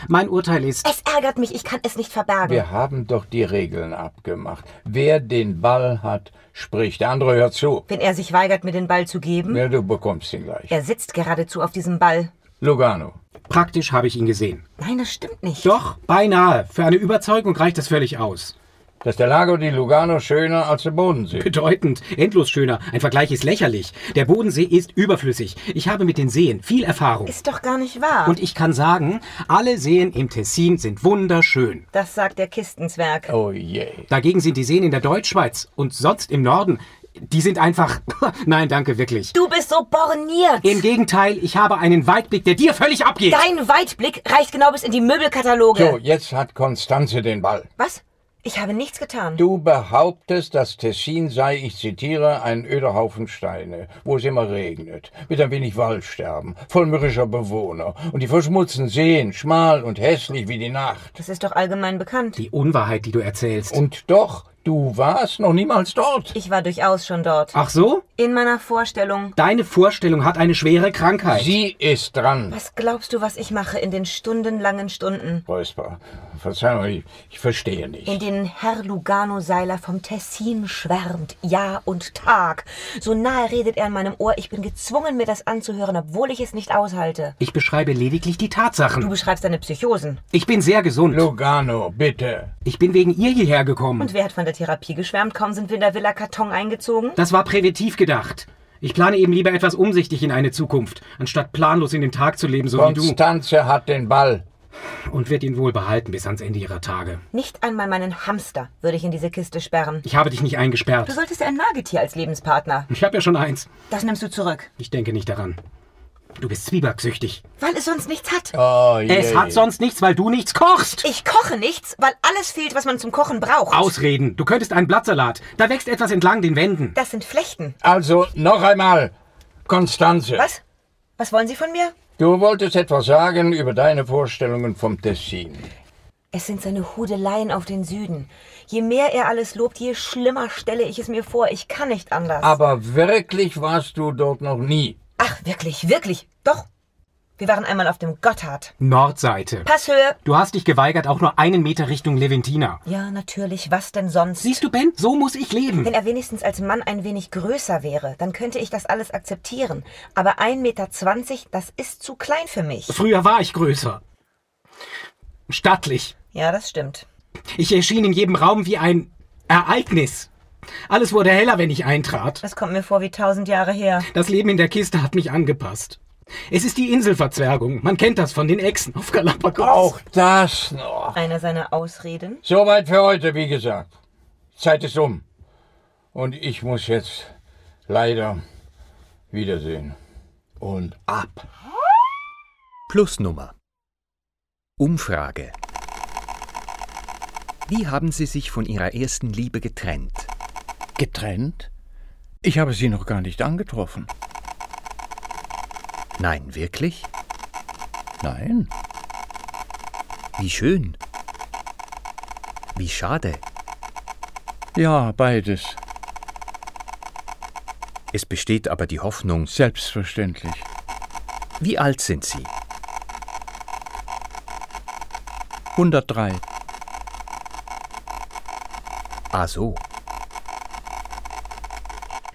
S4: Mein Urteil ist.
S5: Es ärgert mich. Ich kann es nicht verbergen.
S2: wir haben doch die Regeln abgemacht. Wer den Ball hat, spricht. Der andere hört zu.
S5: Wenn er sich weigert, mir den Ball zu geben.
S2: Ja, du bekommst ihn gleich.
S5: Er sitzt geradezu auf diesem Ball.
S2: Lugano,
S4: Praktisch habe ich ihn gesehen.
S5: Nein, das stimmt nicht.
S4: Doch, beinahe. Für eine Überzeugung reicht das völlig aus.
S2: dass der Lago di Lugano schöner als der Bodensee.
S4: Bedeutend, endlos schöner. Ein Vergleich ist lächerlich. Der Bodensee ist überflüssig. Ich habe mit den Seen viel Erfahrung.
S5: Ist doch gar nicht wahr.
S4: Und ich kann sagen, alle Seen im Tessin sind wunderschön.
S5: das sagt der Kistenzwerg.
S2: Oh je.
S4: Dagegen sind die Seen in der Deutschschweiz und sonst im Norden, die sind einfach. [laughs] Nein, danke, wirklich.
S5: Du bist so borniert.
S4: Im Gegenteil, ich habe einen Weitblick, der dir völlig abgeht.
S5: Dein Weitblick reicht genau bis in die Möbelkataloge.
S2: So, jetzt hat Konstanze den Ball.
S5: Was? Ich habe nichts getan.
S2: Du behauptest, das Tessin sei, ich zitiere, ein öder Haufen Steine, wo es immer regnet, mit ein wenig Waldsterben, voll mürrischer Bewohner und die verschmutzten Seen, schmal und hässlich wie die Nacht.
S5: Das ist doch allgemein bekannt.
S4: Die Unwahrheit, die du erzählst.
S2: Und doch, du warst noch niemals dort.
S5: Ich war durchaus schon
S2: Ah.
S5: dort.
S4: Ach so?
S5: In meiner Vorstellung.
S4: Deine Vorstellung hat eine schwere Krankheit.
S2: Sie ist dran.
S5: Was glaubst du, was ich mache in den stundenlangen Stunden,
S2: Räusper, Verzeihung, ich, ich verstehe nicht.
S5: in denen Herr Lugano-Seiler vom Tessin schwärmt, Jahr und Tag? So nahe redet er an meinem Ohr, ich bin gezwungen, mir das anzuhören, obwohl ich es nicht aushalte.
S4: Ich beschreibe lediglich die
S5: Du
S4: Tatsachen.
S5: beschreibst deine Psychosen.
S4: Ich bin sehr gesund.
S2: Lugano, bitte.
S4: Ich bin wegen ihr hierher gekommen.
S5: Und wer hat von der Therapie geschwärmt? Kaum sind wir in der Villa Karton eingezogen?
S4: Das war präventiv gedacht. Ich plane eben lieber etwas umsichtig in eine Zukunft, anstatt planlos in den Tag zu leben, so wie du.
S2: Konstanze hat den Ball.
S4: Und wird ihn wohl behalten bis ans Ende ihrer Tage.
S5: Nicht einmal meinen Hamster würde ich in diese Kiste sperren.
S4: Ich habe dich nicht
S5: Du
S4: eingesperrt.
S5: solltest ja ein Nagetier als Lebenspartner.
S4: Ich habe ja schon eins.
S5: Das nimmst du zurück,
S4: Ich denke nicht daran. Du bist zwiebacksüchtig.
S5: weil es sonst nichts hat.
S2: Oh je.
S4: Es hat sonst nichts, weil du nichts kochst.
S5: Ich koche nichts, weil alles fehlt, was man zum Kochen braucht.
S4: Ausreden. Du könntest einen Blattsalat. Da wächst etwas entlang den Wänden.
S5: Das sind Flechten.
S2: Also, noch einmal. Konstanze.
S5: Was? Was wollen Sie von mir?
S2: Du wolltest etwas sagen über deine Vorstellungen vom Tessin.
S5: Es sind seine Hudeleien auf den Süden. Je mehr er alles lobt, je schlimmer stelle ich es mir vor. Ich kann nicht anders.
S2: Aber wirklich warst du dort noch nie.
S5: Ach, wirklich, wirklich. Doch. Wir waren einmal auf dem Gotthard.
S4: Nordseite.
S5: Passhöhe.
S4: Du hast dich geweigert, auch nur einen Meter Richtung Leventina.
S5: Ja, natürlich. Was denn sonst?
S4: Siehst du, Ben, so muss ich leben.
S5: Wenn er wenigstens als Mann ein wenig größer wäre, dann könnte ich das alles akzeptieren. Aber 1,20 Meter, das ist zu klein für mich.
S4: Früher war ich größer. Stattlich.
S5: Ja, das stimmt.
S4: Ich erschien in jedem Raum wie ein Ereignis. Alles wurde heller, wenn ich eintrat.
S5: Das kommt mir vor wie tausend Jahre her.
S4: Das Leben in der Kiste hat mich angepasst. Es ist die Inselverzwergung. Man kennt das von den Echsen auf Galapagos.
S3: Auch das noch.
S5: Einer seiner Ausreden?
S3: Soweit für heute, wie gesagt. Zeit ist um. Und ich muss jetzt leider wiedersehen. Und ab.
S7: Plusnummer. Umfrage. Wie haben Sie sich von Ihrer ersten Liebe getrennt?
S2: Getrennt? Ich habe sie noch gar nicht angetroffen.
S7: Nein, wirklich?
S2: Nein,
S7: Wie schön. Wie schade.
S2: ja, beides.
S7: Es besteht aber die Hoffnung.
S2: Selbstverständlich.
S7: Wie alt sind Sie?
S2: 103.
S7: Ah so.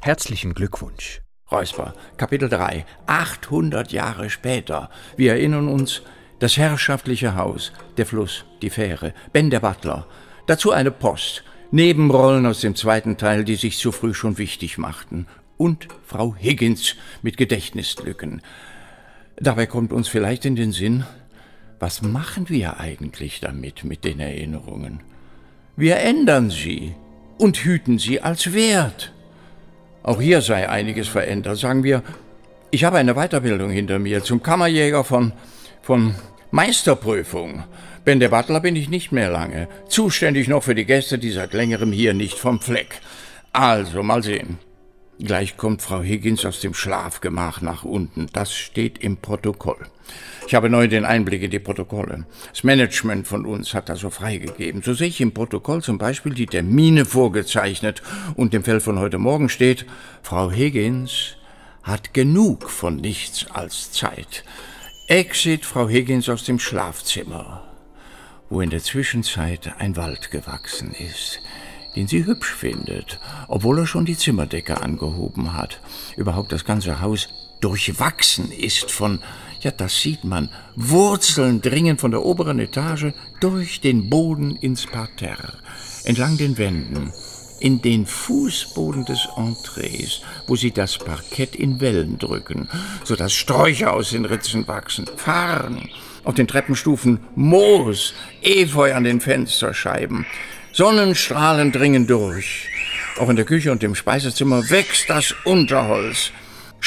S7: Herzlichen Glückwunsch.
S2: Räusper, Kapitel 3. 800 Jahre später. Wir erinnern uns, das herrschaftliche Haus, der Fluss, die Fähre, Ben der Butler. Dazu eine Post, Nebenrollen aus dem zweiten Teil, die sich zu früh schon wichtig machten. Und Frau Higgins mit Gedächtnislücken. Dabei kommt uns vielleicht in den Sinn, was machen wir eigentlich damit, mit den Erinnerungen? Wir ändern sie und hüten sie als wert. Auch hier sei einiges verändert. Sagen wir, ich habe eine Weiterbildung hinter mir zum Kammerjäger von, von Meisterprüfung. Denn der Butler bin ich nicht mehr lange. Zuständig noch für die Gäste, die seit längerem hier nicht vom Fleck. Also, mal sehen. Gleich kommt Frau Higgins aus dem Schlafgemach nach unten. Das steht im Protokoll. Ich habe neu den Einblick in die Protokolle. Das Management von uns hat das so freigegeben. So sehe ich im Protokoll zum Beispiel die Termine vorgezeichnet und im Feld von heute Morgen steht, Frau Higgins hat genug von nichts als Zeit. Exit Frau Higgins aus dem Schlafzimmer wo in der Zwischenzeit ein Wald gewachsen ist, den sie hübsch findet, obwohl er schon die Zimmerdecke angehoben hat. Überhaupt das ganze Haus durchwachsen ist von, ja, das sieht man, Wurzeln dringen von der oberen Etage durch den Boden ins Parterre, entlang den Wänden, in den Fußboden des Entrees, wo sie das Parkett in Wellen drücken, sodass Sträucher aus den Ritzen wachsen, Farn, auf den Treppenstufen Moos, Efeu an den Fensterscheiben. Sonnenstrahlen dringen durch. Auch in der Küche und dem Speisezimmer wächst das Unterholz.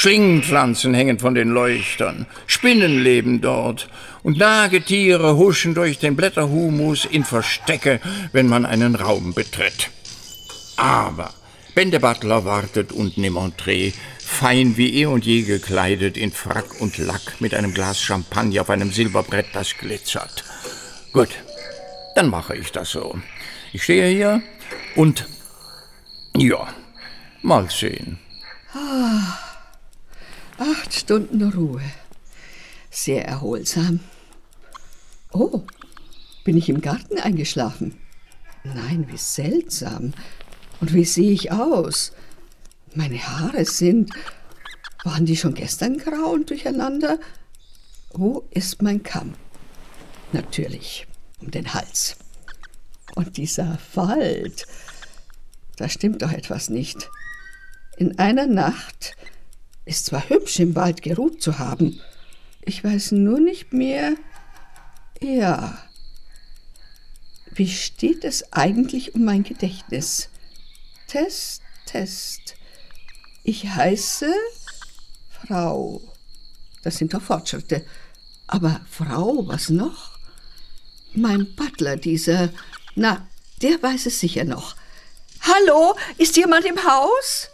S2: Schlingenpflanzen hängen von den Leuchtern, Spinnen leben dort und Nagetiere huschen durch den Blätterhumus in Verstecke, wenn man einen Raum betritt. Aber Ben der Butler wartet unten im Entree, fein wie eh und je gekleidet, in Frack und Lack, mit einem Glas Champagner auf einem Silberbrett, das glitzert. Gut, dann mache ich das so. Ich stehe hier und ja, mal sehen.
S1: Acht Stunden Ruhe. Sehr erholsam. Oh, bin ich im Garten eingeschlafen? Nein, wie seltsam. Und wie sehe ich aus? Meine Haare sind. Waren die schon gestern grau und durcheinander? Wo ist mein Kamm? Natürlich, um den Hals. Und dieser Wald. Da stimmt doch etwas nicht. In einer Nacht ist zwar hübsch im Wald geruht zu haben, ich weiß nur nicht mehr. Ja. Wie steht es eigentlich um mein Gedächtnis? Test, Test. Ich heiße Frau. Das sind doch Fortschritte. Aber Frau, was noch? Mein Butler, dieser. Na, der weiß es sicher noch. Hallo, ist jemand im Haus?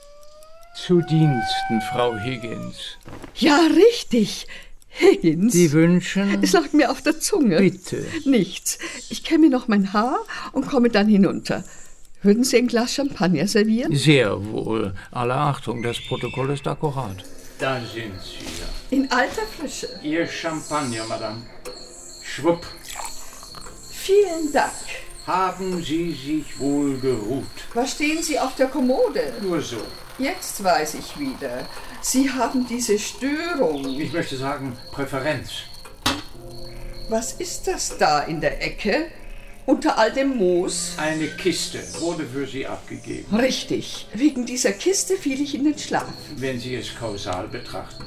S2: Zu Diensten, Frau Higgins.
S1: Ja, richtig. Higgins.
S2: Sie wünschen?
S1: Es lag mir auf der Zunge.
S2: Bitte.
S1: Nichts. Ich kämme noch mein Haar und komme dann hinunter. Würden Sie ein Glas Champagner servieren?
S2: Sehr wohl. Alle Achtung, das Protokoll ist akkurat. Da sind Sie ja.
S1: In alter Frische.
S2: Ihr Champagner, Madame. Schwupp.
S1: Vielen Dank.
S2: Haben Sie sich wohl geruht?
S1: Was stehen Sie auf der Kommode?
S2: Nur so.
S1: Jetzt weiß ich wieder. Sie haben diese Störung.
S2: Ich möchte sagen, Präferenz.
S1: Was ist das da in der Ecke? Unter all dem Moos?
S2: Eine Kiste wurde für Sie abgegeben,
S1: Richtig. Wegen dieser Kiste fiel ich in den Schlaf.
S2: wenn Sie es kausal betrachten.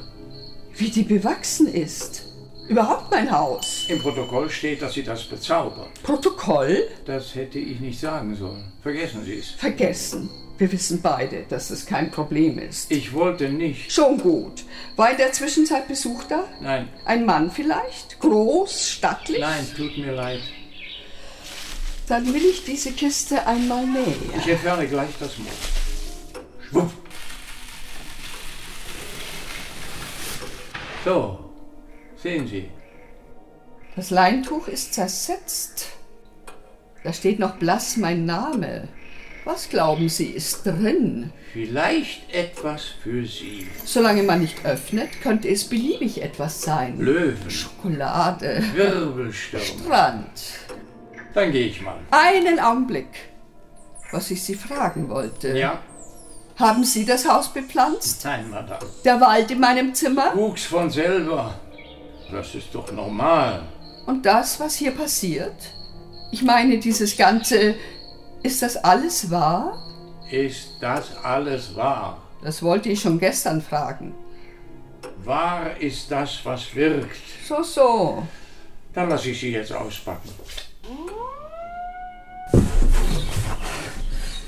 S1: Wie die bewachsen ist. Überhaupt mein Haus.
S2: Im Protokoll steht, dass Sie das bezaubert.
S1: Protokoll?
S2: Das hätte ich nicht sagen sollen. Vergessen Sie es.
S1: Vergessen. Wir wissen beide, dass es kein Problem ist.
S2: Ich wollte nicht.
S1: Schon gut. War in der Zwischenzeit Besuch da?
S2: Nein,
S1: Ein Mann vielleicht? Groß, stattlich?
S2: nein, tut mir leid.
S1: Dann will ich diese Kiste einmal näher.
S2: Ich entferne gleich das Moos. Schwupp. So, sehen Sie.
S1: Das Leintuch ist zersetzt. Da steht noch blass mein Name. Was glauben Sie, ist drin?
S2: Vielleicht etwas für Sie.
S1: Solange man nicht öffnet, könnte es beliebig etwas sein.
S2: Löwen,
S1: Schokolade,
S2: Wirbelsturm.
S1: Brand.
S2: Dann gehe ich mal.
S1: Einen Augenblick. Was ich Sie fragen wollte.
S2: Ja?
S1: Haben Sie das Haus bepflanzt?
S2: Nein, Madame.
S1: Der Wald in meinem Zimmer?
S2: Wuchs von selber. Das ist doch normal.
S1: Und das, was hier passiert? Ich meine, dieses ganze. Ist das alles wahr?
S2: Ist das alles wahr?
S1: Das wollte ich schon gestern fragen.
S2: Wahr ist das, was wirkt.
S1: So, so.
S2: Dann lasse ich Sie jetzt auspacken.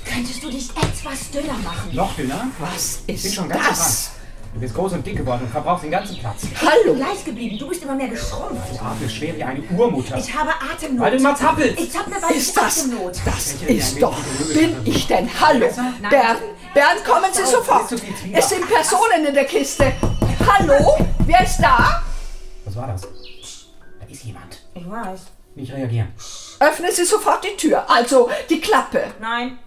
S9: Könntest du dich etwas dünner machen?
S4: Noch dünner?
S1: Was ist
S4: bin schon ganz
S1: das?
S4: Du bist groß und dick geworden und verbrauchst den ganzen Platz.
S1: Hallo!
S9: Gleich geblieben, du bist immer mehr geschrumpft.
S4: Du atmest schwer wie eine Urmutter.
S9: Ich habe Atemnot.
S4: Weil du immer zappelst.
S9: Ich hab eine Weile
S1: Ist das-
S9: Atemnot.
S1: Das ist doch. Bin ich denn? Hallo! Bernd, Bernd, kommen Sie sofort! Es sind Personen in der Kiste! Hallo? Wer ist da?
S4: Was war das? Da ist jemand.
S5: Ich weiß.
S4: Nicht reagieren.
S1: Öffnen Sie sofort die Tür, also die Klappe.
S5: Nein,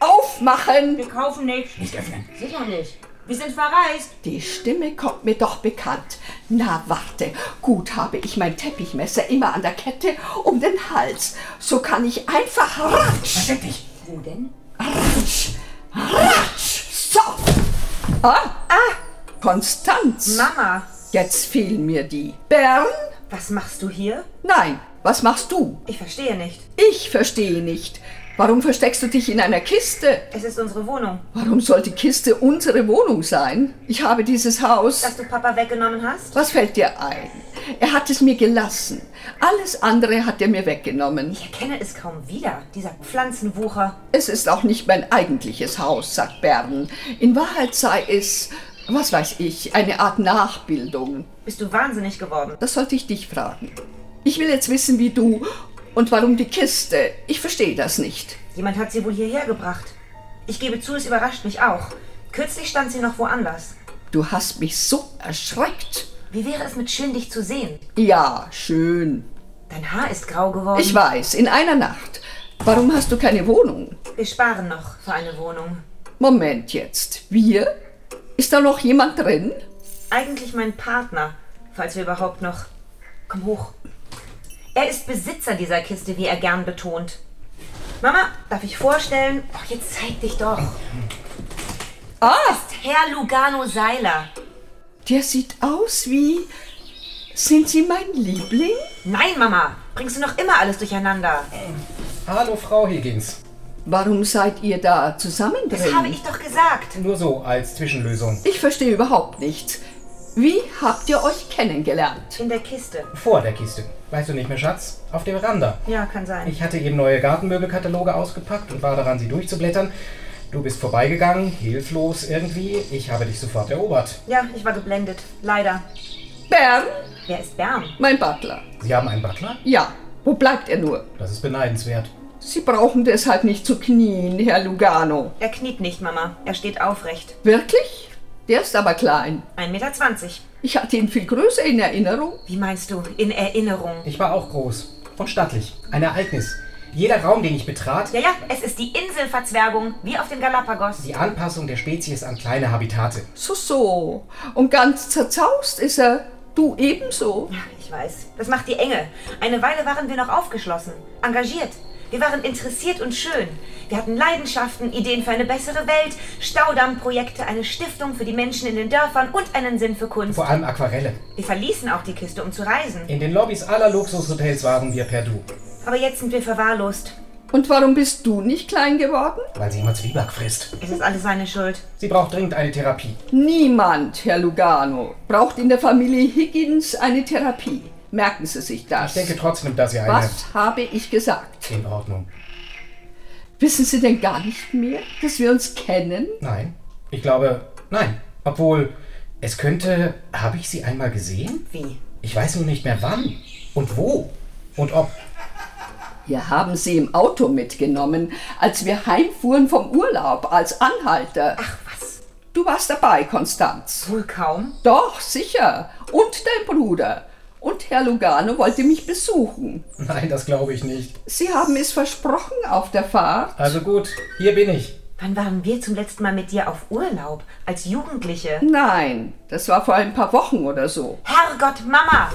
S1: Aufmachen!
S5: wir kaufen nicht.
S4: Nicht öffnen.
S5: Sicher nicht. Wir sind verreist.
S1: Die Stimme kommt mir doch bekannt. Na, warte. Gut habe ich mein Teppichmesser immer an der Kette um den Hals. So kann ich einfach ratsch,
S4: Versteck dich.
S9: Wo denn?
S1: ratsch, ratsch. So. Ah, ah. Konstanz.
S5: Mama,
S1: Jetzt fehlen mir die. Bern?
S5: was machst du hier?
S1: Nein. Was machst du?
S5: Ich verstehe nicht.
S1: Ich verstehe nicht. Warum versteckst du dich in einer Kiste?
S5: Es ist unsere Wohnung.
S1: Warum soll die Kiste unsere Wohnung sein? Ich habe dieses Haus.
S5: Dass du Papa weggenommen hast?
S1: Was fällt dir ein? Er hat es mir gelassen. Alles andere hat er mir weggenommen.
S5: Ich erkenne es kaum wieder, dieser Pflanzenwucher.
S1: Es ist auch nicht mein eigentliches Haus, sagt Bern. In Wahrheit sei es, was weiß ich, eine Art Nachbildung.
S5: Bist du wahnsinnig geworden?
S1: Das sollte ich dich fragen. Ich will jetzt wissen, wie du und warum die Kiste. Ich verstehe das nicht.
S5: Jemand hat sie wohl hierher gebracht. Ich gebe zu, es überrascht mich auch. Kürzlich stand sie noch woanders.
S1: Du hast mich so erschreckt.
S5: Wie wäre es mit schön, dich zu sehen?
S1: Ja, schön.
S5: Dein Haar ist grau geworden.
S1: Ich weiß, in einer Nacht. Warum hast du keine Wohnung?
S5: Wir sparen noch für eine Wohnung.
S1: Moment jetzt. Wir? Ist da noch jemand drin?
S5: Eigentlich mein Partner, falls wir überhaupt noch. Komm hoch. Er ist Besitzer dieser Kiste, wie er gern betont. Mama, darf ich vorstellen?
S9: Ach, jetzt zeig dich doch.
S5: Herr Lugano Seiler.
S1: Der sieht aus wie. Sind Sie mein Liebling?
S5: Nein, Mama, bringst du noch immer alles durcheinander.
S4: Hallo, Frau Higgins.
S1: Warum seid ihr da zusammen
S5: Das habe
S1: drin?
S5: ich doch gesagt.
S4: Nur so als Zwischenlösung.
S1: Ich verstehe überhaupt nichts. Wie habt ihr euch kennengelernt?
S5: In der Kiste.
S4: Vor der Kiste. Weißt du nicht mehr, Schatz? Auf der Veranda.
S5: Ja, kann sein.
S4: Ich hatte eben neue Gartenmöbelkataloge ausgepackt und war daran, sie durchzublättern. Du bist vorbeigegangen, hilflos irgendwie. Ich habe dich sofort erobert.
S5: ja, ich war geblendet. Leider.
S1: Bern,
S5: Wer ist Bern?
S1: mein Butler.
S4: Sie haben einen Butler?
S1: Ja, wo bleibt er nur?
S4: Das ist beneidenswert.
S1: Sie brauchen deshalb nicht zu knien, Herr Lugano.
S5: Er kniet nicht, Mama. Er steht aufrecht.
S1: Wirklich? Der ist aber klein.
S5: 1,20 Meter.
S1: Ich hatte ihn viel größer in Erinnerung.
S5: Wie meinst du? In Erinnerung.
S4: Ich war auch groß und stattlich. Ein Ereignis. Jeder Raum, den ich betrat,
S5: Ja, ja, es ist die Inselverzwergung, wie auf den Galapagos.
S4: die Anpassung der Spezies an kleine Habitate.
S1: So, so. Und ganz zerzaust ist er. Du ebenso.
S5: Ich weiß, das macht die Enge. Eine Weile waren wir noch aufgeschlossen, engagiert. Wir waren interessiert und schön. Wir hatten Leidenschaften, Ideen für eine bessere Welt, Staudammprojekte, eine Stiftung für die Menschen in den Dörfern und einen Sinn für Kunst.
S4: Vor allem Aquarelle.
S5: Wir verließen auch die Kiste, um zu reisen.
S4: In den Lobbys aller Luxushotels waren wir per Du,
S5: Aber jetzt sind wir verwahrlost.
S1: Und warum bist du nicht klein geworden?
S4: weil sie immer Zwieback frisst.
S5: Es ist alles seine Schuld.
S4: Sie braucht dringend eine Therapie.
S1: Niemand, Herr Lugano, braucht in der Familie Higgins eine Therapie. Merken Sie sich das.
S4: Ich denke trotzdem, dass sie eine...
S1: Was habe ich gesagt?
S4: In Ordnung.
S1: Wissen Sie denn gar nicht mehr, dass wir uns kennen?
S4: Nein. Ich glaube, nein. Obwohl, es könnte... Habe ich sie einmal gesehen?
S5: Wie?
S4: Ich weiß nur nicht mehr wann und wo und ob.
S1: Wir haben Sie im Auto mitgenommen, als wir heimfuhren vom Urlaub als Anhalter. Ach was. Du warst dabei, Konstanz.
S5: Wohl kaum.
S1: Doch, sicher. Und dein Bruder. Und Herr Lugano wollte mich besuchen.
S4: Nein, das glaube ich nicht.
S1: Sie haben es versprochen auf der Fahrt.
S4: Also gut, hier bin ich.
S5: Wann waren wir zum letzten Mal mit dir auf Urlaub? Als Jugendliche?
S1: Nein, das war vor ein paar Wochen oder so.
S5: Herrgott, Mama!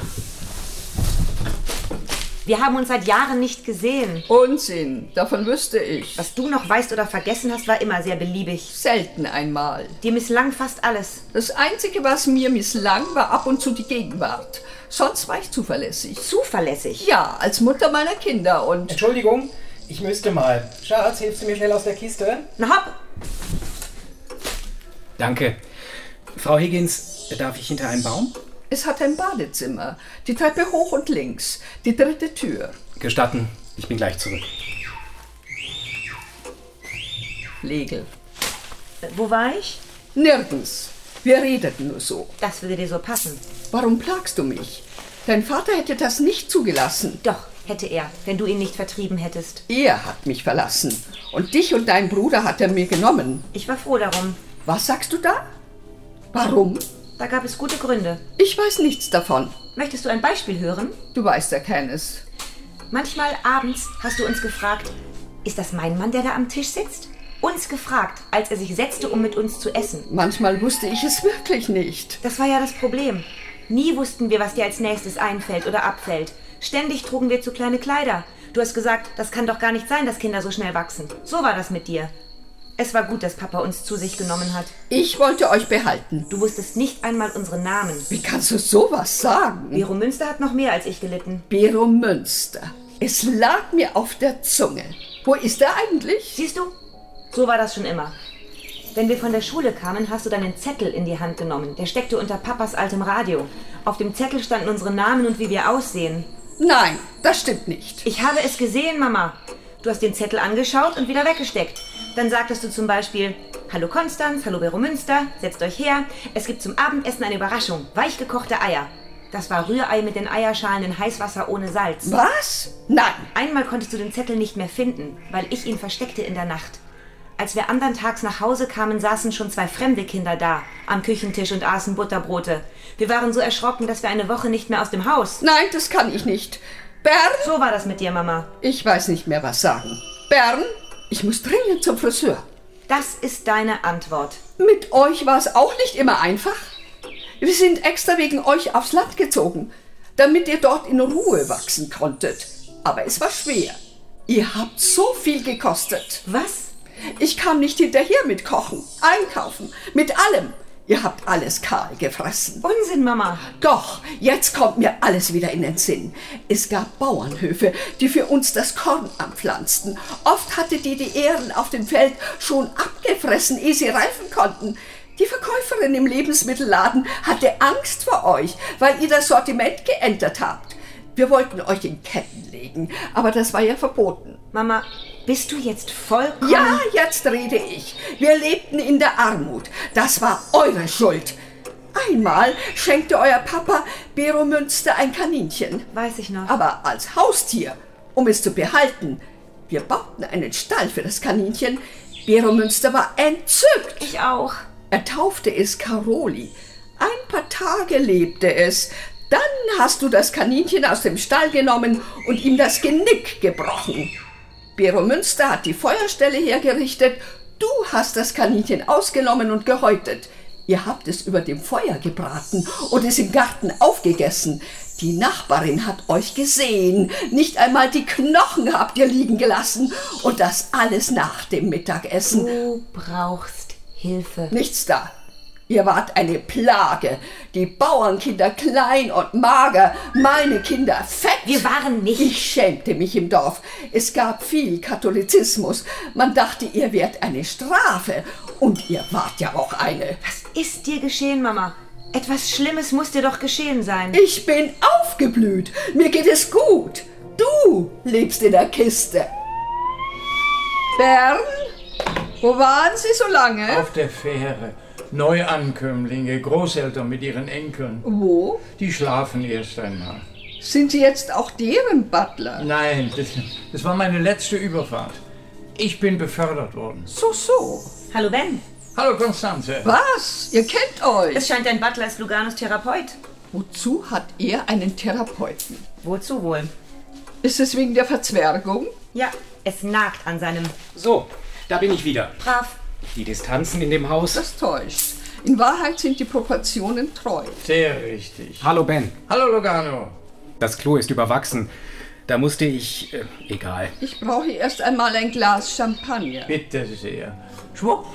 S5: Wir haben uns seit Jahren nicht gesehen.
S1: Unsinn, davon wüsste ich.
S5: Was du noch weißt oder vergessen hast, war immer sehr beliebig.
S1: Selten einmal.
S5: Dir misslang fast alles.
S1: Das Einzige, was mir misslang, war ab und zu die Gegenwart. Sonst war ich zuverlässig.
S5: Zuverlässig.
S1: Ja, als Mutter meiner Kinder und
S4: Entschuldigung, ich müsste mal. Schatz, hilfst du mir schnell aus der Kiste?
S5: Na hopp!
S4: Danke. Frau Higgins, darf ich hinter einen Baum?
S1: es hat ein Badezimmer. Die Treppe hoch und links. Die dritte Tür.
S4: Gestatten, ich bin gleich zurück.
S1: Legel.
S5: Wo war ich?
S1: Nirgends. Wir redeten nur so.
S5: Das würde dir so passen.
S1: Warum plagst du mich? Dein Vater hätte das nicht zugelassen.
S5: Doch, hätte er, wenn du ihn nicht vertrieben hättest.
S1: Er hat mich verlassen. Und dich und deinen Bruder hat er mir genommen.
S5: Ich war froh darum.
S1: Was sagst du da? Warum?
S5: Da gab es gute Gründe.
S1: Ich weiß nichts davon.
S5: Möchtest du ein Beispiel hören?
S1: Du weißt ja keines.
S5: Manchmal abends hast du uns gefragt, ist das mein Mann, der da am Tisch sitzt? Uns gefragt, als er sich setzte, um mit uns zu essen.
S1: Manchmal wusste ich es wirklich nicht.
S5: Das war ja das Problem. Nie wussten wir, was dir als nächstes einfällt oder abfällt. Ständig trugen wir zu kleine Kleider. Du hast gesagt, das kann doch gar nicht sein, dass Kinder so schnell wachsen. So war das mit dir. Es war gut, dass Papa uns zu sich genommen hat.
S1: Ich wollte euch behalten.
S5: Du wusstest nicht einmal unsere Namen.
S1: Wie kannst du sowas sagen?
S5: Vero Münster hat noch mehr als ich gelitten.
S1: Bero Münster. Es lag mir auf der Zunge. Wo ist er eigentlich?
S5: Siehst du? So war das schon immer. Wenn wir von der Schule kamen, hast du deinen Zettel in die Hand genommen. Der steckte unter Papas altem Radio. Auf dem Zettel standen unsere Namen und wie wir aussehen.
S1: Nein, das stimmt nicht.
S5: Ich habe es gesehen, Mama. Du hast den Zettel angeschaut und wieder weggesteckt. Dann sagtest du zum Beispiel, Hallo Konstanz, hallo Vero Münster, setzt euch her. Es gibt zum Abendessen eine Überraschung. Weichgekochte Eier. Das war Rührei mit den Eierschalen in Heißwasser ohne Salz.
S1: Was? Nein.
S5: Einmal konntest du den Zettel nicht mehr finden, weil ich ihn versteckte in der Nacht. Als wir andern Tags nach Hause kamen, saßen schon zwei fremde Kinder da am Küchentisch und aßen Butterbrote. Wir waren so erschrocken, dass wir eine Woche nicht mehr aus dem Haus.
S1: Nein, das kann ich nicht. Bern,
S5: So war das mit dir, Mama.
S1: ich weiß nicht mehr, was sagen. Bern, ich muss dringend zum Friseur.
S5: Das ist deine Antwort.
S1: Mit euch war es auch nicht immer einfach. Wir sind extra wegen euch aufs Land gezogen, damit ihr dort in Ruhe wachsen konntet. Aber es war schwer. Ihr habt so viel gekostet.
S5: Was?
S1: Ich kam nicht hinterher mit Kochen, Einkaufen, mit allem. Ihr habt alles kahl gefressen.
S5: Unsinn, Mama.
S1: Doch, jetzt kommt mir alles wieder in den Sinn. Es gab Bauernhöfe, die für uns das Korn anpflanzten. Oft hatte die die Ähren auf dem Feld schon abgefressen, ehe sie reifen konnten. Die Verkäuferin im Lebensmittelladen hatte Angst vor euch, weil ihr das Sortiment geändert habt. Wir wollten euch in Ketten legen, aber das war ja verboten.
S5: Mama, bist du jetzt vollkommen...
S1: Ja, jetzt rede ich. Wir lebten in der Armut. Das war eure Schuld. Einmal schenkte euer Papa Bero Münster ein Kaninchen.
S5: Weiß ich noch.
S1: Aber als Haustier, um es zu behalten. Wir bauten einen Stall für das Kaninchen. Bero Münster war entzückt.
S5: Ich auch.
S1: Er taufte es Caroli. Ein paar Tage lebte es. Dann hast du das Kaninchen aus dem Stall genommen und ihm das Genick gebrochen. Beromünster hat die Feuerstelle hergerichtet. Du hast das Kaninchen ausgenommen und gehäutet. Ihr habt es über dem Feuer gebraten und es im Garten aufgegessen. Die Nachbarin hat euch gesehen. Nicht einmal die Knochen habt ihr liegen gelassen. Und das alles nach dem Mittagessen.
S5: Du brauchst Hilfe.
S1: Nichts da. Ihr wart eine Plage. Die Bauernkinder klein und mager, meine Kinder fett.
S5: Wir waren nicht-
S1: Ich schämte mich im Dorf. Es gab viel Katholizismus. Man dachte, ihr wärt eine Strafe. Und ihr wart ja auch eine.
S5: Was ist dir geschehen, Mama? Etwas Schlimmes muss dir doch geschehen sein.
S1: Ich bin aufgeblüht. Mir geht es gut. Du lebst in der Kiste. Bern, wo waren Sie so lange?
S2: Auf der Fähre. Neuankömmlinge, Großeltern mit ihren Enkeln.
S1: Wo?
S2: Die schlafen erst einmal.
S1: Sind Sie jetzt auch deren Butler?
S2: Nein, das, das war meine letzte Überfahrt. Ich bin befördert worden.
S1: So, so.
S5: Hallo Ben,
S2: Hallo Konstanze.
S1: Was? Ihr kennt
S5: es
S1: euch.
S5: scheint dein Butler ist Luganos Therapeut.
S1: Wozu hat er einen Therapeuten?
S5: Wozu wohl?
S1: Ist es wegen der Verzwergung?
S5: Ja, es nagt an seinem
S4: So, da bin ich wieder.
S5: Brav.
S4: Die Distanzen in dem Haus.
S1: Das täuscht. In Wahrheit sind die Proportionen treu.
S2: Sehr richtig.
S4: Hallo Ben,
S2: Hallo Logano.
S4: das Klo ist überwachsen. Da musste ich. Äh, egal.
S1: Ich brauche erst einmal ein Glas Champagner.
S2: Bitte sehr. Schwupp.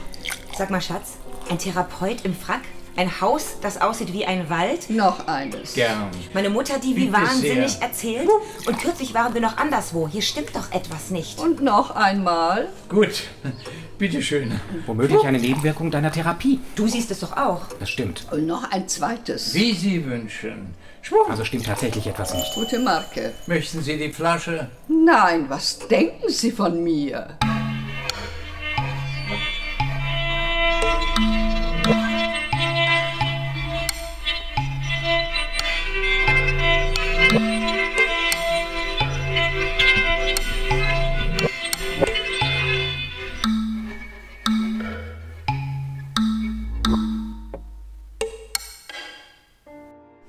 S5: Sag mal, Schatz, ein Therapeut im Frack? Ein Haus, das aussieht wie ein Wald?
S1: Noch eines.
S2: Gern.
S5: Meine Mutter, die wie
S2: Bitte
S5: wahnsinnig
S2: sehr.
S5: erzählt. Und kürzlich waren wir noch anderswo. Hier stimmt doch etwas nicht.
S1: Und noch einmal.
S2: Gut. Bitteschön.
S4: Womöglich eine Nebenwirkung deiner Therapie.
S5: Du siehst es doch auch.
S4: Das stimmt.
S1: Und noch ein zweites.
S2: Wie Sie wünschen.
S4: Also stimmt tatsächlich etwas nicht.
S1: Gute Marke.
S2: Möchten Sie die Flasche?
S1: Nein, was denken Sie von mir?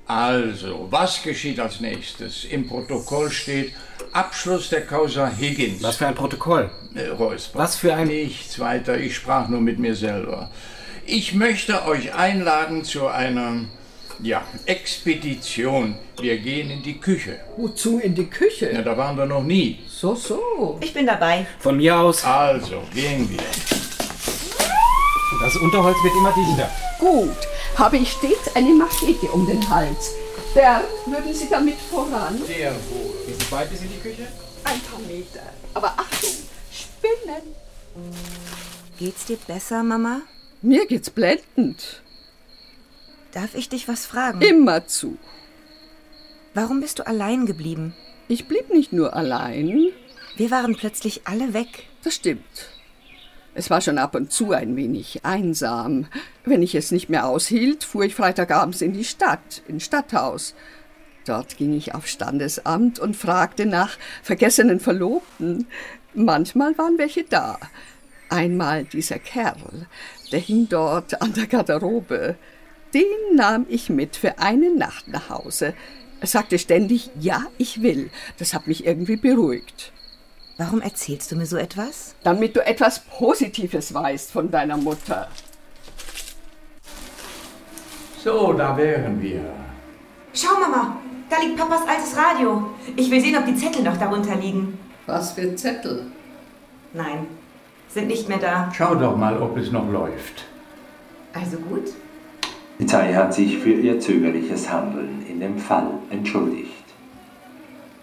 S2: Also, was geschieht als nächstes? Im Protokoll steht Abschluss der Causa Higgins.
S4: Was für ein Protokoll.
S2: Äh, Räusper.
S4: Was für ein-
S2: Nichts weiter, ich sprach nur mit mir selber. Ich möchte euch einladen zu einer, ja, Expedition. Wir gehen in die Küche.
S1: Wozu in die Küche?
S2: Ja, da waren wir noch nie.
S1: So, so.
S5: Ich bin dabei.
S4: Von mir aus.
S2: Also, gehen wir.
S4: Das Unterholz wird immer dichter.
S1: Gut. Habe ich stets eine Machete um den Hals. Bernd, würden Sie damit voran?
S2: Sehr wohl.
S4: Wie weit ist in die Küche?
S1: Ein paar Meter. Aber Achtung, Spinnen.
S5: Geht's dir besser, Mama?
S1: Mir geht's blendend.
S5: Darf ich dich was fragen?
S1: Immer zu.
S5: Warum bist du allein geblieben?
S1: Ich blieb nicht nur allein.
S5: Wir waren plötzlich alle weg.
S1: Das stimmt. Es war schon ab und zu ein wenig einsam. Wenn ich es nicht mehr aushielt, fuhr ich Freitagabends in die Stadt, ins Stadthaus. Dort ging ich auf Standesamt und fragte nach vergessenen Verlobten. Manchmal waren welche da. Einmal dieser Kerl, der hing dort an der Garderobe. Den nahm ich mit für eine Nacht nach Hause. Er sagte ständig, ja, ich will. Das hat mich irgendwie beruhigt.
S5: Warum erzählst du mir so etwas?
S1: Damit du etwas Positives weißt von deiner Mutter.
S2: So, da wären wir.
S5: Schau, Mama, da liegt Papas altes Radio. Ich will sehen, ob die Zettel noch darunter liegen.
S1: Was für ein Zettel.
S5: Nein, sind nicht mehr da.
S2: Schau doch mal, ob es noch läuft.
S5: Also gut.
S3: Italien hat sich für ihr zögerliches Handeln in dem Fall entschuldigt.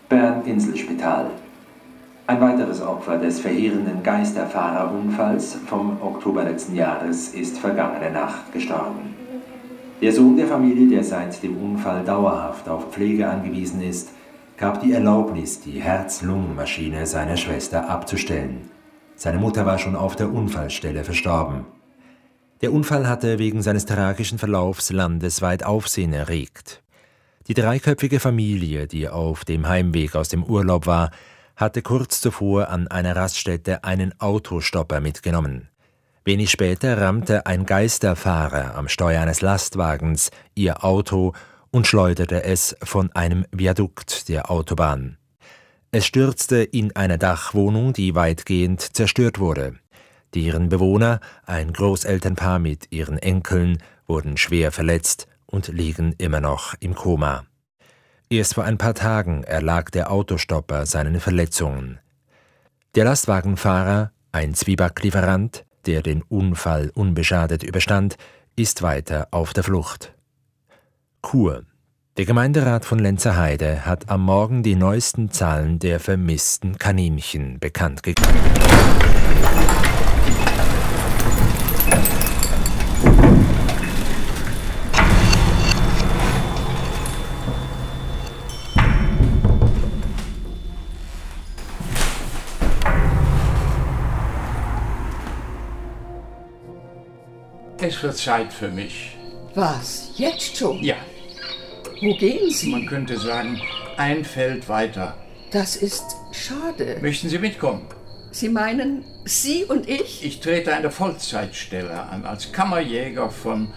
S3: Bern Inselspital. Ein weiteres Opfer des verheerenden Geisterfahrerunfalls vom Oktober letzten Jahres ist vergangene Nacht gestorben. Der Sohn der Familie, der seit dem Unfall dauerhaft auf Pflege angewiesen ist, gab die Erlaubnis, die Herz-Lungen-Maschine seiner Schwester abzustellen. Seine Mutter war schon auf der Unfallstelle verstorben. Der Unfall hatte wegen seines tragischen Verlaufs landesweit Aufsehen erregt. Die dreiköpfige Familie, die auf dem Heimweg aus dem Urlaub war, hatte kurz zuvor an einer Raststätte einen Autostopper mitgenommen. Wenig später rammte ein Geisterfahrer am Steuer eines Lastwagens ihr Auto und schleuderte es von einem Viadukt der Autobahn.
S10: Es stürzte in eine Dachwohnung, die weitgehend zerstört wurde. Deren Bewohner, ein Großelternpaar mit ihren Enkeln, wurden schwer verletzt und liegen immer noch im Koma. Erst vor ein paar Tagen erlag der Autostopper seinen Verletzungen. Der Lastwagenfahrer, ein Zwiebacklieferant, der den Unfall unbeschadet überstand, ist weiter auf der Flucht. Kur. Der Gemeinderat von Lenzerheide hat am Morgen die neuesten Zahlen der vermissten Kaninchen bekannt gegeben.
S2: Es wird Zeit für mich.
S11: Was? Jetzt schon?
S2: Ja,
S11: Wo gehen Sie?
S2: man könnte sagen, ein Feld weiter.
S11: Das ist schade.
S2: Möchten Sie mitkommen?
S11: Sie meinen, Sie und ich?
S2: Ich trete eine Vollzeitstelle an als Kammerjäger von,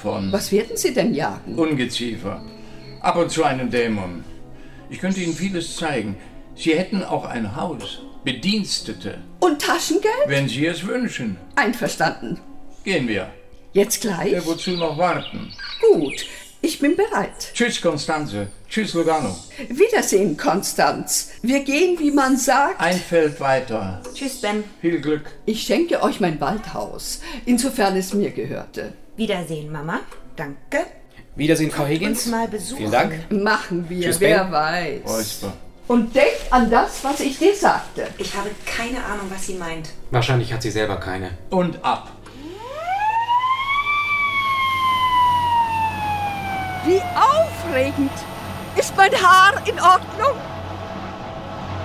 S2: von
S11: Was werden Sie denn jagen?
S2: Ungeziefer. Ab und zu einen Dämon. Ich könnte Ihnen vieles zeigen. Sie hätten auch ein Haus, Bedienstete,
S1: Und Taschengeld?
S2: wenn Sie es wünschen.
S1: Einverstanden.
S2: Gehen wir.
S1: Jetzt gleich?
S2: Ja, wozu noch warten?
S1: Gut, ich bin bereit.
S2: Tschüss, Konstanze. Tschüss, Lugano.
S1: Wiedersehen, Konstanz. Wir gehen, wie man sagt.
S2: Ein Feld weiter.
S5: Tschüss, Ben.
S2: Viel Glück.
S1: Ich schenke euch mein Waldhaus, insofern es mir gehörte.
S5: Wiedersehen, Mama. Danke.
S4: Wiedersehen, Frau
S5: Uns
S4: Higgins.
S5: mal besuchen.
S4: Vielen Dank.
S1: Machen wir,
S4: Tschüss,
S1: wer
S4: Ben.
S1: weiß.
S2: Räusper.
S1: Und denkt an das, was ich dir sagte.
S5: Ich habe keine Ahnung, was sie meint.
S4: Wahrscheinlich hat sie selber keine.
S2: Und ab.
S1: Wie aufregend! Ist mein Haar in Ordnung?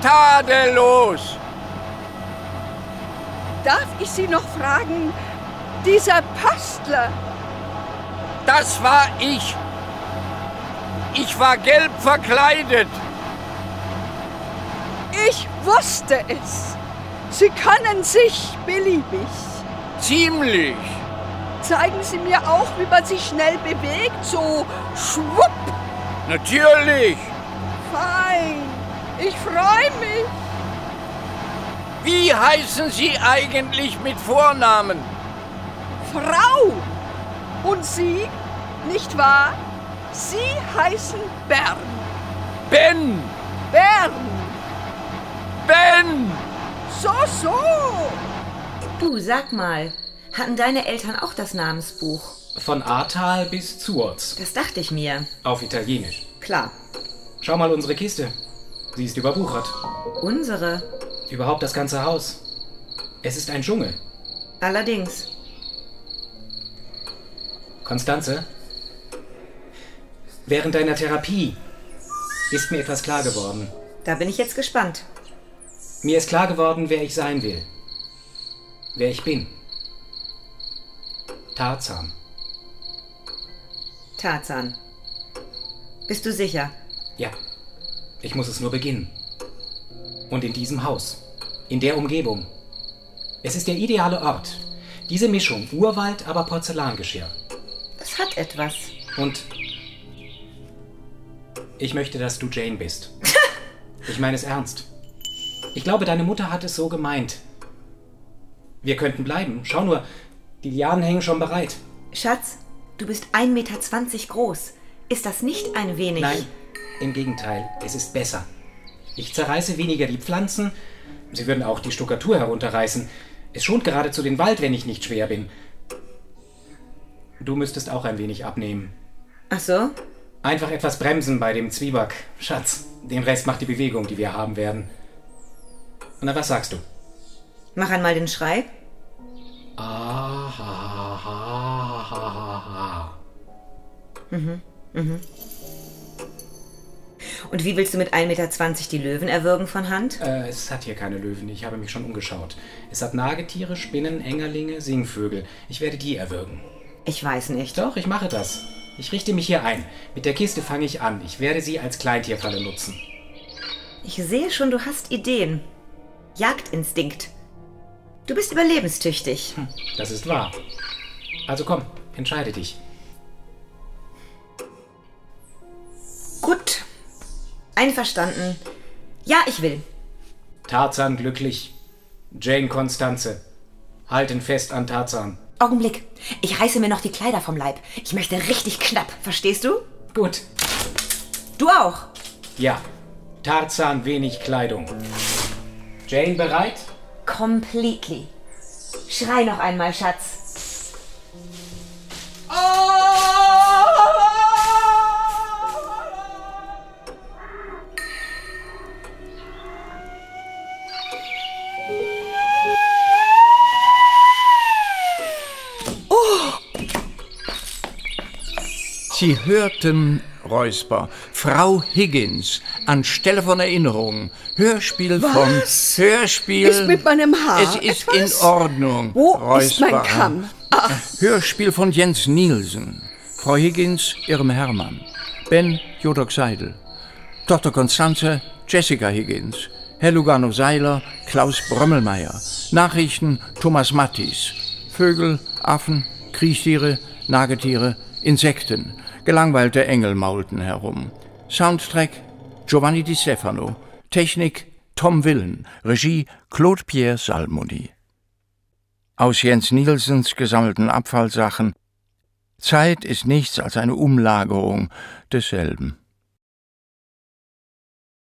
S2: Tadellos!
S1: Darf ich Sie noch fragen, dieser Pastler,
S2: Das war ich. Ich war gelb verkleidet.
S1: ich wusste es. Sie können sich beliebig.
S2: Ziemlich.
S1: Zeigen Sie mir auch, wie man sich schnell bewegt, so schwupp,
S2: Natürlich.
S1: fein. Ich freue mich.
S2: Wie heißen Sie eigentlich mit Vornamen?
S1: Frau! Und Sie, nicht wahr? Sie heißen Bern.
S2: Ben!
S1: Bern!
S2: Ben!
S1: So, so!
S5: Du, sag mal, hatten deine Eltern auch das Namensbuch?
S4: Von Ahrtal bis Zuorz.
S5: Das dachte ich mir.
S4: Auf Italienisch.
S5: Klar.
S4: Schau mal unsere Kiste. Sie ist überwuchert.
S5: Unsere.
S4: Überhaupt das ganze Haus. Es ist ein Dschungel.
S5: Allerdings.
S4: Konstanze? Während deiner Therapie ist mir etwas klar geworden.
S5: Da bin ich jetzt gespannt.
S4: Mir ist klar geworden, wer ich sein will. Wer ich bin. Tarzan.
S5: Tarzan. Bist du sicher?
S4: Ja. Ich muss es nur beginnen. Und in diesem Haus. In der Umgebung. Es ist der ideale Ort. Diese Mischung Urwald, aber Porzellangeschirr.
S5: Das hat etwas.
S4: Und ich möchte, dass du Jane bist. Ich meine es ernst. Ich glaube, deine Mutter hat es so gemeint. Wir könnten bleiben. Schau nur, die Lianen hängen schon bereit.
S5: Schatz, du bist 1,20 Meter groß. Ist das nicht ein wenig?
S4: Nein, im Gegenteil, es ist besser. Ich zerreiße weniger die Pflanzen. Sie würden auch die Stuckatur herunterreißen. Es schont geradezu den Wald, wenn ich nicht schwer bin. Du müsstest auch ein wenig abnehmen.
S5: Ach so?
S4: Einfach etwas bremsen bei dem Zwieback, Schatz. Den Rest macht die Bewegung, die wir haben werden. Na, was sagst du?
S5: Mach einmal den Schrei. Und wie willst du mit 1,20 Meter die Löwen erwürgen von Hand?
S4: Äh, es hat hier keine Löwen, ich habe mich schon umgeschaut. Es hat Nagetiere, Spinnen, Engerlinge, Singvögel. Ich werde die erwürgen.
S5: Ich weiß nicht.
S4: Doch, ich mache das. Ich richte mich hier ein. Mit der Kiste fange ich an. Ich werde sie als Kleintierfalle nutzen.
S5: Ich sehe schon, du hast Ideen. Jagdinstinkt. Du bist überlebenstüchtig.
S4: Das ist wahr. Also komm, entscheide dich.
S5: Gut. Einverstanden. Ja, ich will.
S4: Tarzan glücklich. Jane Konstanze. Halten fest an Tarzan.
S5: Augenblick. Ich reiße mir noch die Kleider vom Leib. Ich möchte richtig knapp. Verstehst du?
S4: Gut.
S5: Du auch.
S4: Ja. Tarzan wenig Kleidung. Jane bereit?
S5: Completely. Schrei noch einmal, Schatz.
S2: Sie hörten Räusper. Frau Higgins anstelle von Erinnerung. Hörspiel
S1: Was?
S2: von Hörspiel.
S1: Ist mit meinem Haar
S2: Es ist
S1: etwas?
S2: in Ordnung.
S1: Wo
S2: Räusper.
S1: ist mein Kamm? Ach.
S2: Hörspiel von Jens Nielsen. Frau Higgins, Irm Hermann. Ben Jodok Seidel. Tochter Konstanze, Jessica Higgins. Herr Lugano Seiler, Klaus Brömmelmeier. Nachrichten, Thomas Mattis. Vögel, Affen, Kriechtiere, Nagetiere, Insekten. Gelangweilte Engel maulten herum. Soundtrack, Giovanni Di Stefano. Technik, Tom Willen. Regie, Claude-Pierre Salmoni. Aus Jens Nielsens gesammelten Abfallsachen. Zeit ist nichts als eine Umlagerung desselben.